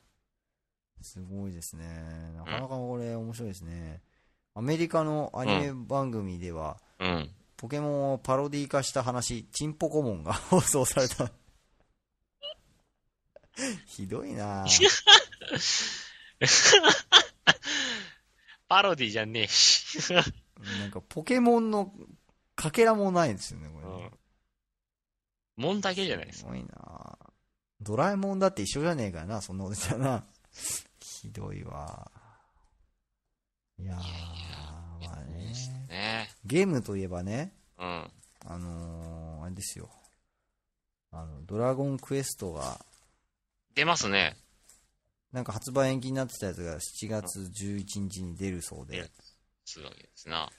Speaker 2: すごいですね。なかなかこれ面白いですね。アメリカのアニメ番組では、
Speaker 1: うん。
Speaker 2: ポケモンをパロディ化した話、チンポコモンが放送された。 ひどいなぁ
Speaker 1: パロディじゃねえし。
Speaker 2: なんかポケモンのかけらもないですよね、 これね。
Speaker 1: もんだけじゃないです
Speaker 2: す
Speaker 1: か。
Speaker 2: ごいなぁドラえもんだって一緒じゃねえかな、そんなことじゃな。ひどいわ。いやー、まあね。
Speaker 1: ね
Speaker 2: ゲームといえばね、
Speaker 1: うん。
Speaker 2: あのー、あれですよ。あの、ドラゴンクエストが、
Speaker 1: 出ますね。
Speaker 2: なんか発売延期になってたやつが7月11日に出るそう
Speaker 1: 出
Speaker 2: で
Speaker 1: る。するわけですな。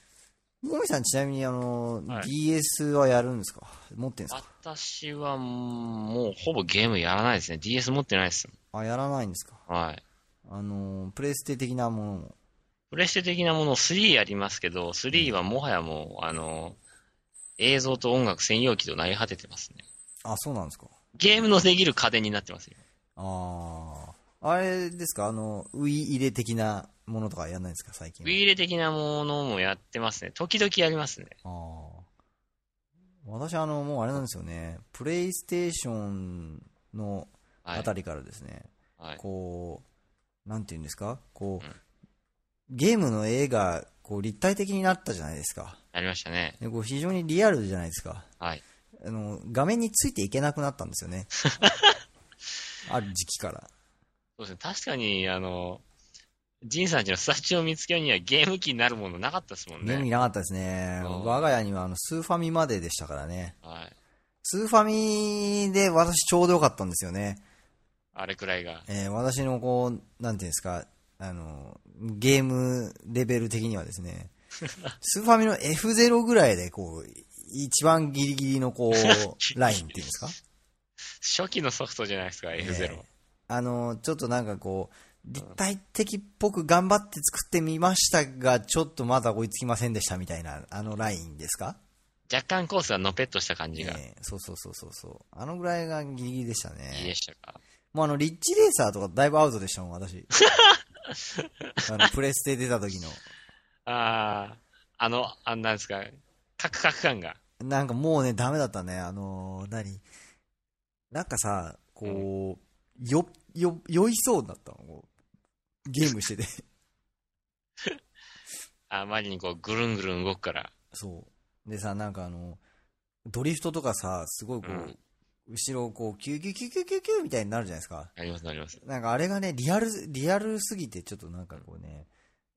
Speaker 2: もみさんちなみにあの、
Speaker 1: はい
Speaker 2: DS はやるんですか持ってんすか
Speaker 1: 私はもうほぼゲームやらないですね。DS 持ってないです。
Speaker 2: あ、やらないんですか
Speaker 1: はい。
Speaker 2: あの、プレステ的なものも。
Speaker 1: プレステ的なもの3やりますけど、3はもはやもう、あの、映像と音楽専用機と投げ果ててますね。
Speaker 2: あ、そうなんですか
Speaker 1: ゲームのできる家電になってますよ。
Speaker 2: あー。あれですかあの、ウィ入れ的なものとかやらないんですか最近
Speaker 1: ウ
Speaker 2: は。
Speaker 1: ィーレ的なものもやってますね。時々やりますね。
Speaker 2: あー。私あの、もうあれなんですよね。プレイステーションの
Speaker 1: は
Speaker 2: あ
Speaker 1: い。
Speaker 2: たりからですね。
Speaker 1: はい、
Speaker 2: こう、なんていうんですかこう、ゲームの絵が、こう、立体的になったじゃないですか。
Speaker 1: やりましたね。
Speaker 2: でこう非常にリアルじゃないですか。
Speaker 1: はい。
Speaker 2: あの、画面についていけなくなったんで すよね。ある時期から。
Speaker 1: そうですね。確かに、あの、ジンさんちのスタジオを見つけるにはゲーム機になるものなかったですもん
Speaker 2: ゲームに
Speaker 1: ね。
Speaker 2: なかったですね。
Speaker 1: うん
Speaker 2: 我が家にはあの、スーファミまででしたからね。
Speaker 1: はい。
Speaker 2: スーファミで私ちょうどよかったんですよね。
Speaker 1: あれくらいが。
Speaker 2: えー私のこう、なんていうんですか、あの、ゲームレベル的にはですね、スーファミの F0 ぐらいで、こう、一番ギリギリのこう、ラインっていうんですか
Speaker 1: 初期のソフトじゃないですか、F0。
Speaker 2: あの、ちょっとなんかこう、立体的っぽく頑張って作ってみましたが、ちょっとまだ追いつきませんでしたみたいな、あのラインですか
Speaker 1: 若干コースはのぺっとした感じが。
Speaker 2: えーそうそうそうそうそう。あのぐらいがギリギリでしたね。
Speaker 1: いい でしたか。
Speaker 2: もうあの、リッチレーサーとかだいぶアウトでしたもん、私。あの、プレステ出た時の。
Speaker 1: ああ、あの、あんなんですか、カクカク感が。
Speaker 2: なんかもうね、ダメだったね。あのー、何なんかさ、こう、よ、よ、酔いそうになったの。こうゲームしてて。
Speaker 1: あまりにこう、ぐるんぐるん動くから。
Speaker 2: そう。でさ、なんかあの、ドリフトとかさ、すごいこう、
Speaker 1: うん
Speaker 2: 後ろこう、キューキューキューキューキューキューみたいになるじゃないですか。
Speaker 1: なります、なります。
Speaker 2: なんかあれがね、リアル、リアルすぎてちょっとなんかこうね、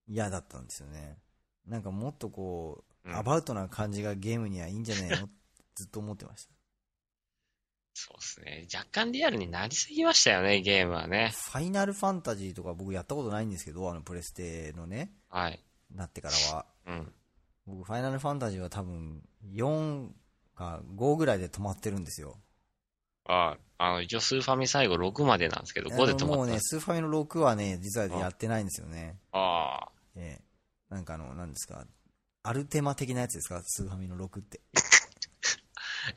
Speaker 2: 嫌だったんですよね。なんかもっとこう、
Speaker 1: うん
Speaker 2: アバウトな感じがゲームにはいいんじゃない のってずっと思ってました。
Speaker 1: そうですね。若干リアルになりすぎましたよね、ゲームはね。
Speaker 2: ファイナルファンタジーとか僕やったことないんですけど、あのプレステのね、
Speaker 1: はい。
Speaker 2: なってからは。
Speaker 1: うん。
Speaker 2: 僕、ファイナルファンタジーは多分、4か5ぐらいで止まってるんですよ。
Speaker 1: ああ、の、一応スーファミ最後6までなんですけど、5で止
Speaker 2: あの
Speaker 1: ま
Speaker 2: も
Speaker 1: ったん
Speaker 2: うね、
Speaker 1: です。
Speaker 2: スーファミの6はね、実はやってないんですよね。
Speaker 1: ああ。
Speaker 2: ええ。なんかあの、なんですか、アルテマ的なやつですか、スーファミの6って。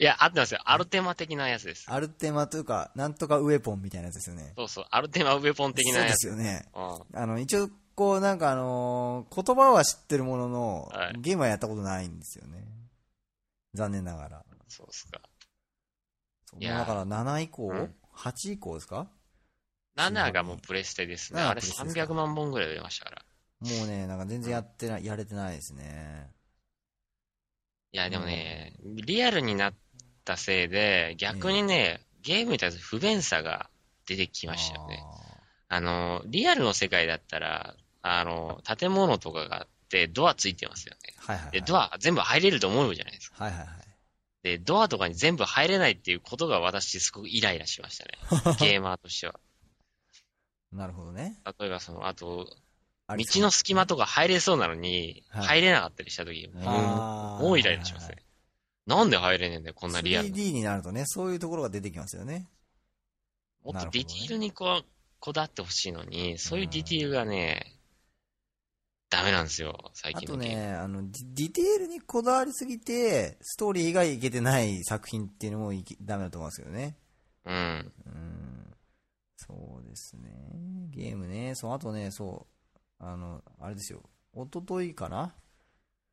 Speaker 1: いや、合ってますよ。アルテマ的なやつです。
Speaker 2: アルテマというか、なんとかウェポンみたいなやつですよね。
Speaker 1: そうそう。アルテマウェポン的なやつ。
Speaker 2: そうですよね。
Speaker 1: うん。
Speaker 2: あの、一応、こう、なんかあのー言葉は知ってるものの、
Speaker 1: はい
Speaker 2: ゲームはやったことないんですよね。残念ながら。
Speaker 1: そうっすか。
Speaker 2: そう
Speaker 1: いやー
Speaker 2: だから7以降、
Speaker 1: うん
Speaker 2: 8以降ですか
Speaker 1: 7がもうプレステですね。
Speaker 2: 7
Speaker 1: あれ
Speaker 2: プレステですか
Speaker 1: 300万本ぐらい売れましたから。
Speaker 2: もうね、なんか全然やってない、やれてないですね。
Speaker 1: いや、でもね、リアルになったせいで、逆にね、ゲームに対する不便さが出てきましたよね。あの、リアルの世界だったら、あの、建物とかがあって、ドアついてますよね。
Speaker 2: あーはいはい、はい。
Speaker 1: で、ドア全部入れると思うじゃないですか。
Speaker 2: はいはいはい。
Speaker 1: で、ドアとかに全部入れないっていうことが私すごくイライラしました ね。ゲーマーとしては。
Speaker 2: なるほどね。
Speaker 1: 例えばその、あと、
Speaker 2: あ
Speaker 1: 道
Speaker 2: れ
Speaker 1: の隙間とか入れそうなのに、
Speaker 2: はい
Speaker 1: 入れなかったりした時、もう
Speaker 2: あー
Speaker 1: もうイライラしますね。なんで入れねえんだよ、こんなリアルな。
Speaker 2: 3D になるとね、そういうところが出てきますよね。
Speaker 1: もっ
Speaker 2: なる
Speaker 1: とデ
Speaker 2: ほど
Speaker 1: ィ
Speaker 2: ね
Speaker 1: ティールにこうこだわってほしいのに、そういうディティールがね、ダメなんですよ、最
Speaker 2: あ
Speaker 1: 近
Speaker 2: と
Speaker 1: のゲーム。
Speaker 2: ね、あの、ディディテールにこだわりすぎて、ストーリー以外いけてない作品っていうのもいけダメだと思うんですけどね。
Speaker 1: うん。
Speaker 2: うん。そうですね。ゲームね。そう、あとね、そう。あの、あれですよ。一昨日かな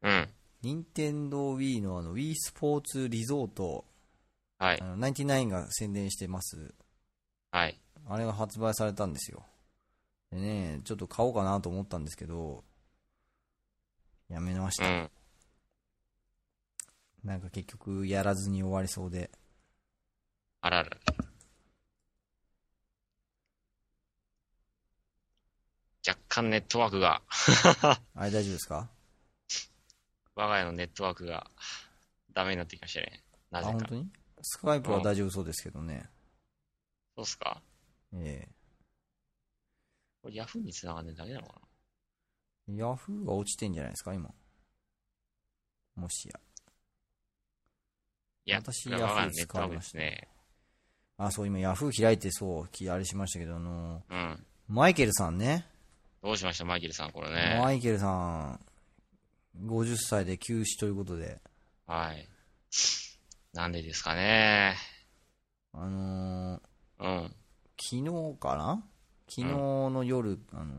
Speaker 1: うん。
Speaker 2: 任天堂 Wii のあの Wii スポーツリゾート、
Speaker 1: はい
Speaker 2: あ。の99が宣伝してます。
Speaker 1: はい。
Speaker 2: あれが発売されたんですよ。でね、ちょっと買おうかなと思ったんですけど、やめまし
Speaker 1: う
Speaker 2: た。
Speaker 1: ん。
Speaker 2: なんか結局やらずに終わりそうで。
Speaker 1: あらら。若干ネットワークが、
Speaker 2: あれ大丈夫ですか
Speaker 1: 我が家のネットワークが、ダメになってきましたね。な
Speaker 2: あ、
Speaker 1: ぜか。
Speaker 2: 本
Speaker 1: そ
Speaker 2: 当にスカイプは大丈夫そうですけどね。
Speaker 1: うっすか
Speaker 2: え
Speaker 1: これヤフーに繋がんねえだけなのかな
Speaker 2: え。ヤフーが落ちてんじゃないですか今。もしや。
Speaker 1: いや、
Speaker 2: 私
Speaker 1: これは我が家のネ
Speaker 2: ヤ
Speaker 1: ット
Speaker 2: フー使
Speaker 1: ワ
Speaker 2: い
Speaker 1: ーク
Speaker 2: ま
Speaker 1: で
Speaker 2: し
Speaker 1: す
Speaker 2: た
Speaker 1: ね。
Speaker 2: あ、そう、今ヤフー開いてそう、きあれしましたけど、あの
Speaker 1: うん。
Speaker 2: マイケルさんね。
Speaker 1: どうしました、マイケルさん、これね。
Speaker 2: マイケルさん、50歳で休止ということで、
Speaker 1: はい。なんでですかね。
Speaker 2: あのー
Speaker 1: うん。
Speaker 2: 昨日かな昨日の夜、あのー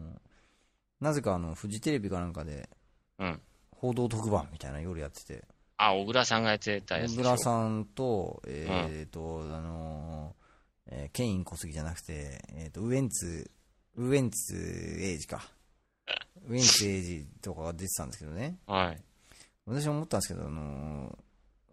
Speaker 2: なぜかあの、フジテレビかなんかで、
Speaker 1: うん。
Speaker 2: 報道特番みたいな夜やってて、
Speaker 1: あ、小倉さんがやってたやつで
Speaker 2: 小
Speaker 1: しょ。
Speaker 2: 倉さんと、えっ、と、あのーえーケイン小杉じゃなくて、えっ、と、ウエンツ、ウエンツエイジか。ウエンツエイジとかが出てたんですけどね。
Speaker 1: はい。
Speaker 2: 私思ったんですけど、あの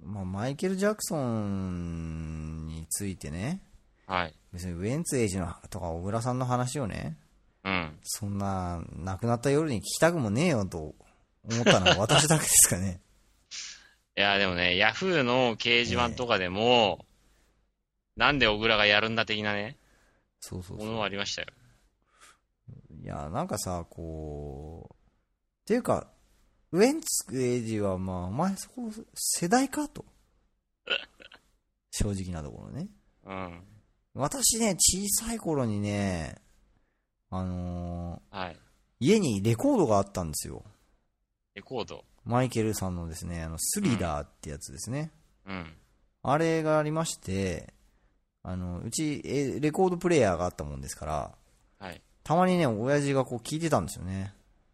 Speaker 2: ーまあ、マイケル・ジャクソンについてね、
Speaker 1: はい。
Speaker 2: 別にウエンツ・エイジのとか小倉さんの話をね、
Speaker 1: うん。
Speaker 2: そんな亡くなった夜に聞きたくもねえよと思ったのは私だけですかね。
Speaker 1: いや、でもね、ヤフーの掲示板とかでも、なんで小倉がやるんだ的なね、
Speaker 2: そうそう
Speaker 1: も
Speaker 2: そう。
Speaker 1: のはありましたよ。
Speaker 2: いや、なんかさ、こう、っていうか、ウエンツ・エイジはまあ、お前そこ世代かと。正直なところね。
Speaker 1: うん。
Speaker 2: 私ね、小さい頃にね、あのー
Speaker 1: はい。
Speaker 2: 家にレコードがあったんですよ。
Speaker 1: レコード。
Speaker 2: マイケルさんのですね、あの、スリラーってやつですね。
Speaker 1: うん。
Speaker 2: あれがありまして、あの、うち、えレコードプレイヤーがあったもんですから、
Speaker 1: はい。
Speaker 2: たまにね、親父がこう聞いてたんですよね。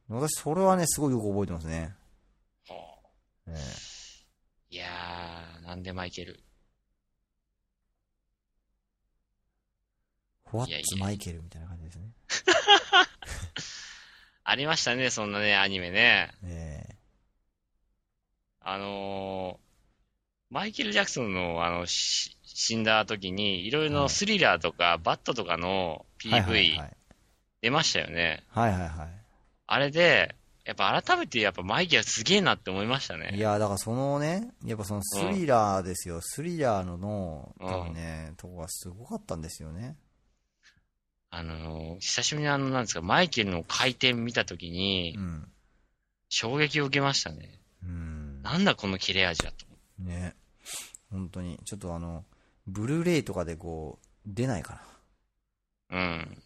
Speaker 2: 私、それはね、すごいよく覚えてますね。
Speaker 1: はあ
Speaker 2: ええ
Speaker 1: いや何でもいける。
Speaker 2: ホワ
Speaker 1: いやい
Speaker 2: ッツ
Speaker 1: や
Speaker 2: マイケルみたいな感じですね。
Speaker 1: ありましたね、そんなね、アニメね。
Speaker 2: ええ
Speaker 1: あのーマイケル・ジャクソンの、あの、し死んだ時に、いろいろ
Speaker 2: はい
Speaker 1: のスリラーとか、バットとかの
Speaker 2: はいはい
Speaker 1: PV
Speaker 2: はい。
Speaker 1: 出ましたよね。
Speaker 2: はいはいは
Speaker 1: あれで、やっぱ改めてやっぱマイケルすげえなって思いました
Speaker 2: い。い
Speaker 1: ね。
Speaker 2: や、だからそのね、やっぱそのスリラーですよ。スリラーのの、多分ね、とこがすごかったんですよね。
Speaker 1: あのー久しぶりにあの、なんですか、マイケルの回転見た時に
Speaker 2: う、ん。
Speaker 1: 衝撃を受けましたね。
Speaker 2: うん。
Speaker 1: なんだこの切れ味だと。
Speaker 2: ね。本当に。ちょっとあの、ブルーレイとかでこう、出ないかな。
Speaker 1: うん。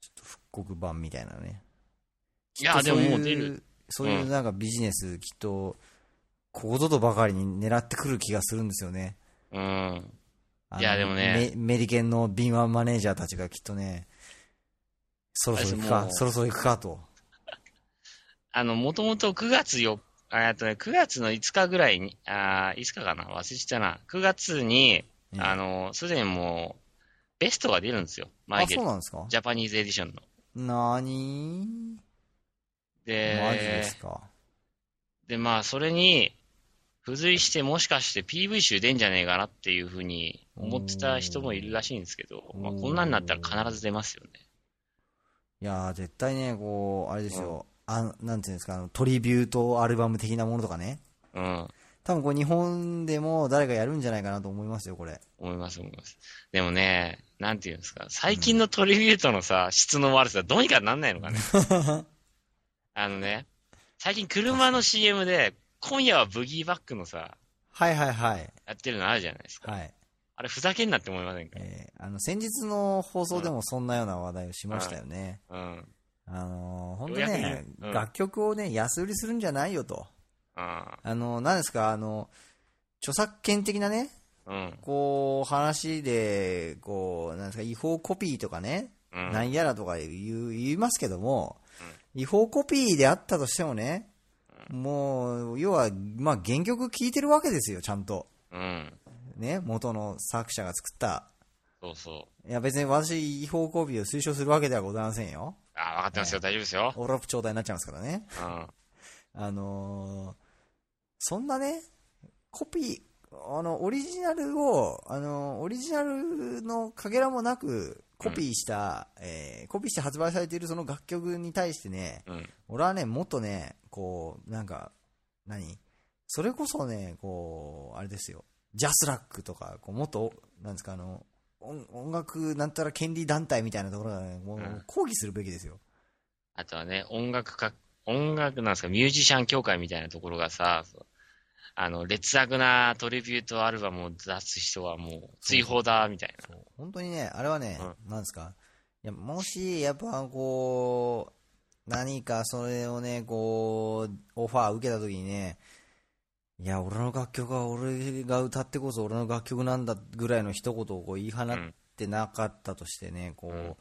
Speaker 2: ちょっと復刻版みたいなね。
Speaker 1: いや、でももう出る。。
Speaker 2: そういうなんかビジネス、きっと、ここぞとばかりに狙ってくる気がするんですよね。
Speaker 1: うん。
Speaker 2: あの
Speaker 1: いやでもね
Speaker 2: メメリケンの敏腕マネージャーたちがきっとね、そろそろ行く
Speaker 1: あれ
Speaker 2: か、
Speaker 1: です
Speaker 2: そろそろ行くかと。
Speaker 1: あの、もともと9月よ、ああとね、9月の5日ぐらいに、あー5日かな忘れちゃったな。9月に、
Speaker 2: ええ
Speaker 1: あの、すでにもう、ベストが出るんですよ。マイ
Speaker 2: あ、
Speaker 1: ケ
Speaker 2: そう
Speaker 1: ル。
Speaker 2: なんですか
Speaker 1: ジャパニーズエディションの。
Speaker 2: なーにーマジで
Speaker 1: で、
Speaker 2: すか。
Speaker 1: で、まあ、それに、付随してもしかして PV 集出んじゃねえかなっていうふうに思ってた人もいるらしいんですけど、
Speaker 2: おー
Speaker 1: まあ、こんなんなったら必ず出ますよね。
Speaker 2: いやー、絶対ね、こう、あれですよ。あなんていうんですか、あのトリビュートアルバム的なものとかね。
Speaker 1: うん。
Speaker 2: 多分これ日本でも誰かやるんじゃないかなと思いますよ、これ。
Speaker 1: 思います、思います。でもね、なんていうんですか、最近のトリビュートのさ、質の悪さ、どうにかなんないのかね。あのね、最近車の CM で、今夜はブギーバックのさ、
Speaker 2: はいはいはい。
Speaker 1: やってるのあるじゃないですか。
Speaker 2: はい。
Speaker 1: あれ、ふざけんなって思いませんか
Speaker 2: えーあの、先日の放送でもそんなような話題をしましたよね。
Speaker 1: うん。うん。
Speaker 2: あのー、本当
Speaker 1: ようやく
Speaker 2: ね
Speaker 1: ね、うん
Speaker 2: 楽曲をね、安売りするんじゃないよと。あの、何ですか、あの、著作権的なね、
Speaker 1: うん。
Speaker 2: こう、話で、こう、なんですか、違法コピーとかね、
Speaker 1: うん
Speaker 2: なんやらとか言う言いますけども、違法コピーであったとしてもね、もう、要は、まあ、原曲聴いてるわけですよ、ちゃんと。
Speaker 1: うん。
Speaker 2: ね、元の作者が作った。
Speaker 1: そうそう。
Speaker 2: いや、別に私、違法コピーを推奨するわけではございませんよ。
Speaker 1: あ、分かってますよ、大丈夫ですよ。
Speaker 2: オーラップ頂戴になっちゃいますからね。
Speaker 1: うん。
Speaker 2: あのーそんなね、コピー、あの、オリジナルを、あのーオリジナルのかけらもなく、コピーした、えーコピーして発売されているその楽曲に対してね、
Speaker 1: うん。
Speaker 2: 俺はね、もっとね、こう、なんか、何それこそね、こう、あれですよ、ジャスラックとか、こうもっと、なんですか、あの、音音楽なんたら権利団体みたいなところがね、もう
Speaker 1: うん
Speaker 2: 抗議するべきですよ。
Speaker 1: あとはね、音楽か、音楽なんですか、ミュージシャン協会みたいなところがさ、そうあの、劣悪なトリビュートアルバムを出す人はもう追放だ、みたい
Speaker 2: そう本当にね、あれはね、
Speaker 1: う
Speaker 2: なんですか、いやもし、やっぱこう、何かそれをね、こう、オファー受けたときにね、いや、俺の楽曲は俺が歌ってこそ俺の楽曲なんだぐらいの一言をこう言い放ってなかったとしてね、こう、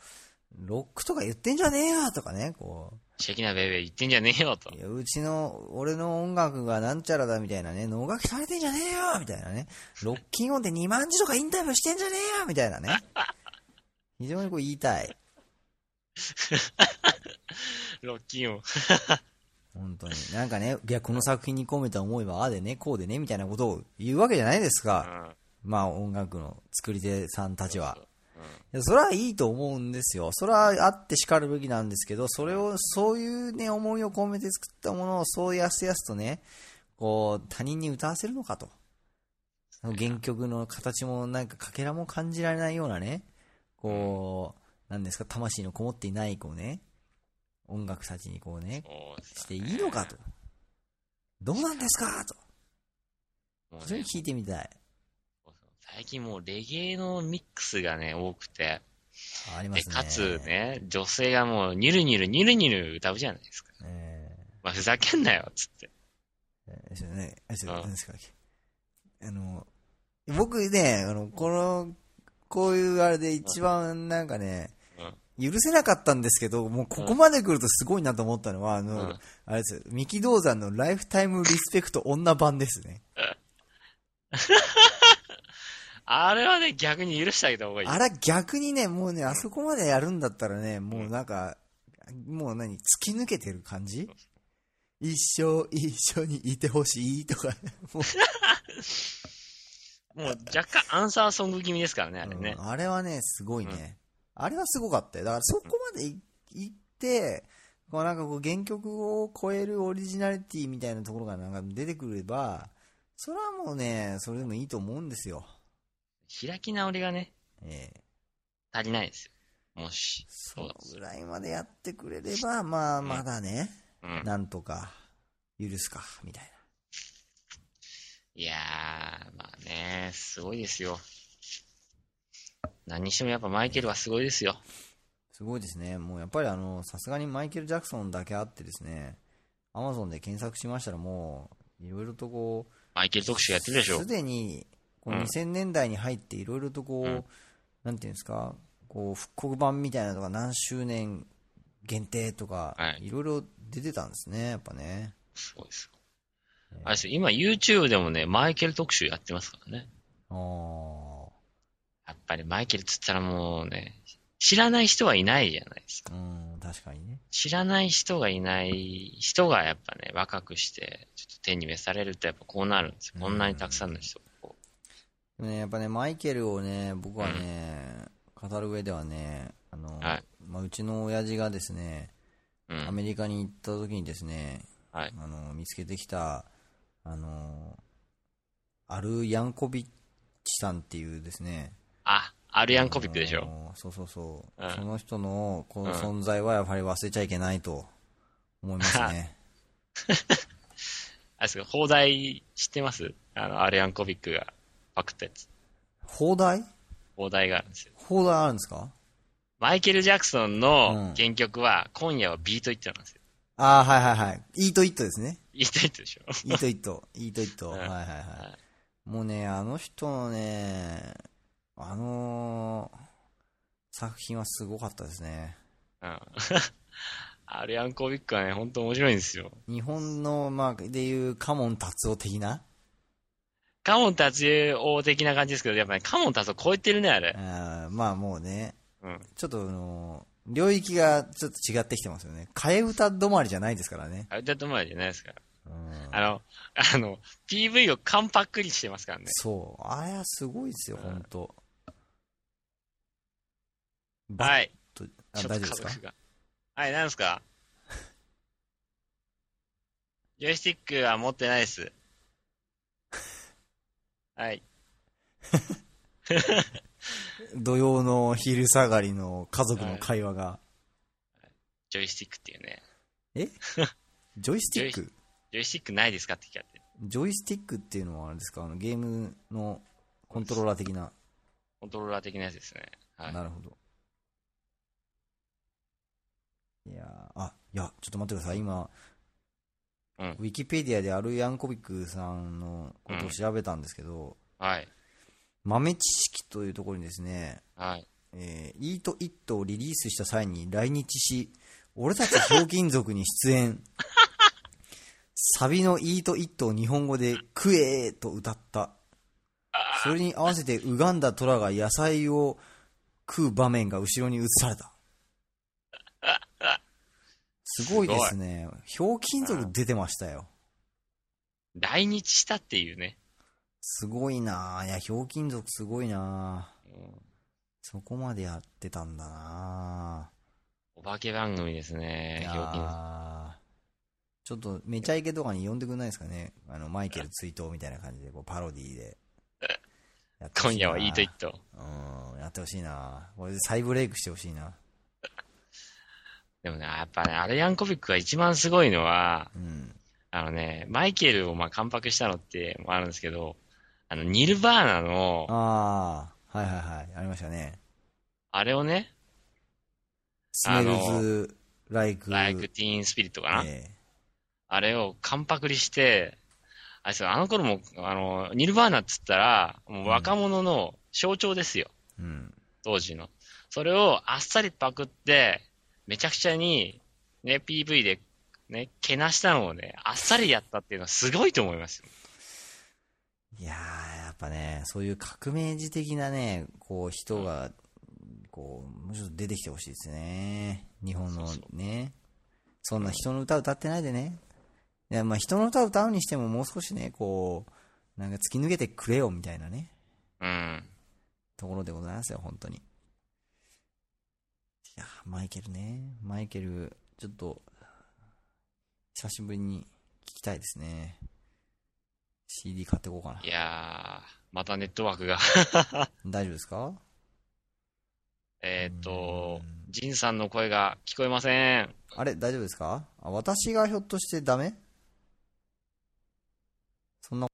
Speaker 2: ロックとか言ってんじゃねえよとかね、こう。
Speaker 1: な。シェキナベイベー言ってんじゃねえよ、と
Speaker 2: い。や、うちの、俺の音楽がなんちゃらだみたいなね、能書きされてんじゃねえよみたいなね、ロッキンオンで2万字とかインタビューしてんじゃねえよみたいなね。非常にこう言いたい。
Speaker 1: ロッキンを。
Speaker 2: 本当に。なんかね、いや、この作品に込めた思いは、ああでね、こうでね、みたいなことを言うわけじゃないですか。まあ、音楽の作り手さんたちは。いやそれはいいと思うんですよ。それはあってしかるべきなんですけど、それを、そういうね、思いを込めて作ったものを、そうやすやすとね、こう、他人に歌わせるのかと。その原曲の形も、なんか、かけらも感じられないようなね、こう、なんですか、魂のこもっていない、こうね、音楽たちにこうね、
Speaker 1: そうです
Speaker 2: していいのかと。どうなんですかと。
Speaker 1: もうね
Speaker 2: 非常に聞いてみたい。
Speaker 1: 最近もうレゲエのミックスがね、多くて。
Speaker 2: ありま
Speaker 1: で、
Speaker 2: すね。
Speaker 1: かつね、女性がもうニュルニュルニュルニュル歌うじゃないですか。
Speaker 2: え
Speaker 1: まあ、ふざけんなよ、つって。
Speaker 2: ー。えーですよね。えですよ
Speaker 1: うん
Speaker 2: 何ですかあの、僕ね、あの、この、こういうあれで一番なんかね、許せなかったんですけど、もうここまで来るとすごいなと思ったのは、あの、
Speaker 1: うん
Speaker 2: あれですよ、三木道山のライフタイムリスペクト女版ですね。
Speaker 1: あれはね、逆に許してあげた方がいい。
Speaker 2: あら、逆にね、もうね、あそこまでやるんだったらね、もうなんか、もう何、突き抜けてる感じ一生一緒にいてほしいとか、もう
Speaker 1: もう若干アンサーソング気味ですからね、あれね
Speaker 2: う。んあれはね、すごいね。あれはすごかったよ。だからそこまでい行って、こうなんかこう原曲を超えるオリジナリティみたいなところがなんか出てくれば、それはもうね、それでもいいと思うんですよ。
Speaker 1: 開き直りがね、
Speaker 2: ええ
Speaker 1: 足りないですよ。もし。
Speaker 2: そ
Speaker 1: そう
Speaker 2: の
Speaker 1: だ
Speaker 2: ぐらいまでやってくれれば、まあまだね、
Speaker 1: うん。
Speaker 2: なんとか許すか、みたい
Speaker 1: いやー、まあね、すごいですよ。何にしてもやっぱマイケルはすごいですよ。
Speaker 2: な。すごいですね。もうやっぱりあの、さすがにマイケル・ジャクソンだけあってですね、アマゾンで検索しましたらもう、いろいろとこう、
Speaker 1: マイケル特集やってるでしょ
Speaker 2: す。でに、この
Speaker 1: うん
Speaker 2: 2000年代に入っていろいろとこう、
Speaker 1: うん
Speaker 2: なんていうんですか、こう、復刻版みたいなのが何周年限定とか
Speaker 1: は、い
Speaker 2: いろいろ出てたんですね、やっぱね。
Speaker 1: すごいですよ。あれですよ今 YouTube でもね、マイケル特集やってますからね。
Speaker 2: あー
Speaker 1: やっぱりマイケルっつったらもうね、知らない人はいないじゃないですか。
Speaker 2: うん、確かにね。
Speaker 1: 知らない人がいない人がやっぱね、若くして、ちょっと手に召されるとやっぱこうなるんですよ。こんなにたくさんの人がこ
Speaker 2: でもね、やっぱね、マイケルをね、僕はね、語る上ではね、あの、
Speaker 1: はい
Speaker 2: まあ、うちの親父がですね、
Speaker 1: う。う
Speaker 2: ア
Speaker 1: ん。
Speaker 2: メリカに行った時にですね、
Speaker 1: はい。
Speaker 2: あの見つけてきたあのアル・ヤンコビッチさんっていうですね
Speaker 1: あ、アルヤンコピックでし
Speaker 2: あ
Speaker 1: ょ。
Speaker 2: のそうそうそう、
Speaker 1: うん
Speaker 2: その人のこ
Speaker 1: う
Speaker 2: の
Speaker 1: ん
Speaker 2: 存在はやはり忘れちゃいけないと思いますね
Speaker 1: あれですか、放題知ってますあの、アルヤンコピックがパクったやつ。
Speaker 2: 放題
Speaker 1: 放題があるんですよ。
Speaker 2: 放題あるんですか
Speaker 1: マイケル・ジャクソン
Speaker 2: うん
Speaker 1: の原曲は、今夜はビートイットなんですよ。
Speaker 2: ああはいはいはいイートイットですね
Speaker 1: ビートイットでしょ。
Speaker 2: イートイットイートイット、
Speaker 1: うん
Speaker 2: はいはいはいもうねあの人のねあの作品はすごかったですね
Speaker 1: うん。 アルヤンコビックはね、ほんと面白いんですよ。
Speaker 2: 日本の、まあ、でいうカモン達夫的な
Speaker 1: カモン達夫的な感じですけど、やっぱね、カモン達夫超えてるね、あれ。
Speaker 2: あーまあもうね、
Speaker 1: うん
Speaker 2: ちょっとあのー領域がちょっと違ってきてますよね。替え歌止まりじゃないですからね。
Speaker 1: あれだと思うじゃないですから。
Speaker 2: うん
Speaker 1: あの、あの、PV を完パックリしてますからね。
Speaker 2: そう。あれはすごいですよ、本当。
Speaker 1: はいい。
Speaker 2: とあ
Speaker 1: ち
Speaker 2: 大
Speaker 1: ょ
Speaker 2: 丈
Speaker 1: っと家
Speaker 2: 夫ですか
Speaker 1: 族が。はい、なんですか ジョイスティックは持ってない です。はい。
Speaker 2: 土曜の昼下がりの家族の会話が。
Speaker 1: ジョイスティックっていうね。
Speaker 2: ジョイスティック
Speaker 1: ジョイスティックないですかって聞かれて。
Speaker 2: ジョイスティックっていうのはあれですかあのゲームのコントローラー的な。
Speaker 1: コントローラー的なやつですね。はい。
Speaker 2: なるほど。いやーあ、いや、ちょっと待ってください。今、
Speaker 1: うん
Speaker 2: ウィキペディアでアル・ヤンコビックさんのことを調べたんですけど、
Speaker 1: はい。
Speaker 2: 豆知識というところにですね、
Speaker 1: はい。
Speaker 2: えー、イート・イットをリリースした際に来日し、俺たちひょうきん族に出演。 サビのイート・イットを日本語でクエーと歌った。それに合わせてウガンダトラが野菜を食う場面が後ろに映された。すごいですね。ひょうきん族出てましたよ。
Speaker 1: 来日したっていうね。
Speaker 2: すごいなぁ。いや、ひょうきん族すごいなぁ。
Speaker 1: うん
Speaker 2: そこまでやってたんだなぁ。
Speaker 1: お化け番組ですね。
Speaker 2: いや
Speaker 1: ひょうきん族
Speaker 2: ーちょっと、めちゃイケとかに呼んでくんないですかね。あの、マイケル追悼みたいな感じで、こう、パロディーで。やってほ
Speaker 1: 今
Speaker 2: しいな
Speaker 1: 夜はイートイット。
Speaker 2: うん、やってほしいな。これで再ブレイクしてほしいな。
Speaker 1: でもね、やっぱね、アレヤンコビックが一番すごいのは、
Speaker 2: うん。
Speaker 1: あのね、マイケルをまあ完白したのってもあるんですけど、あの、ニルバーナの、
Speaker 2: ああ、はいはいはい。ありましたね。
Speaker 1: あれをね、
Speaker 2: ス
Speaker 1: あ
Speaker 2: メ
Speaker 1: の
Speaker 2: ルズ・ライク。
Speaker 1: ライクティーンスピリットかな、
Speaker 2: え
Speaker 1: あれを完パクリして、あれですよあの頃も、あの、ニルバーナっつったら、もう若者の象徴ですよ、
Speaker 2: えうん。
Speaker 1: 当時の。それをあっさりパクって、めちゃくちゃに、ね、PV で、ね、けなしたのをね、あっさりやったっていうのはすごいと思いますよ。
Speaker 2: いやー、やっぱね、そういう革命児的なね、こう、人が、こう、もうちょっと出てきてほしいですね。日本のね。そんな人の歌歌ってないでね。いや、まあ人の歌歌うにしてももう少しね、こう、なんか突き抜けてくれよみたいなね、
Speaker 1: うん。。
Speaker 2: ところでございますよ、本当に。いやー、マイケルね。マイケル、ちょっと、久しぶりに聞きたいですね。CD 買ってこうかない
Speaker 1: やー、またネットワークが。
Speaker 2: 大丈夫ですか
Speaker 1: えーっと
Speaker 2: う、ん
Speaker 1: ジンさんの声が聞こえません。
Speaker 2: あれ、大丈夫ですかあ私がひょっとしてダメそんな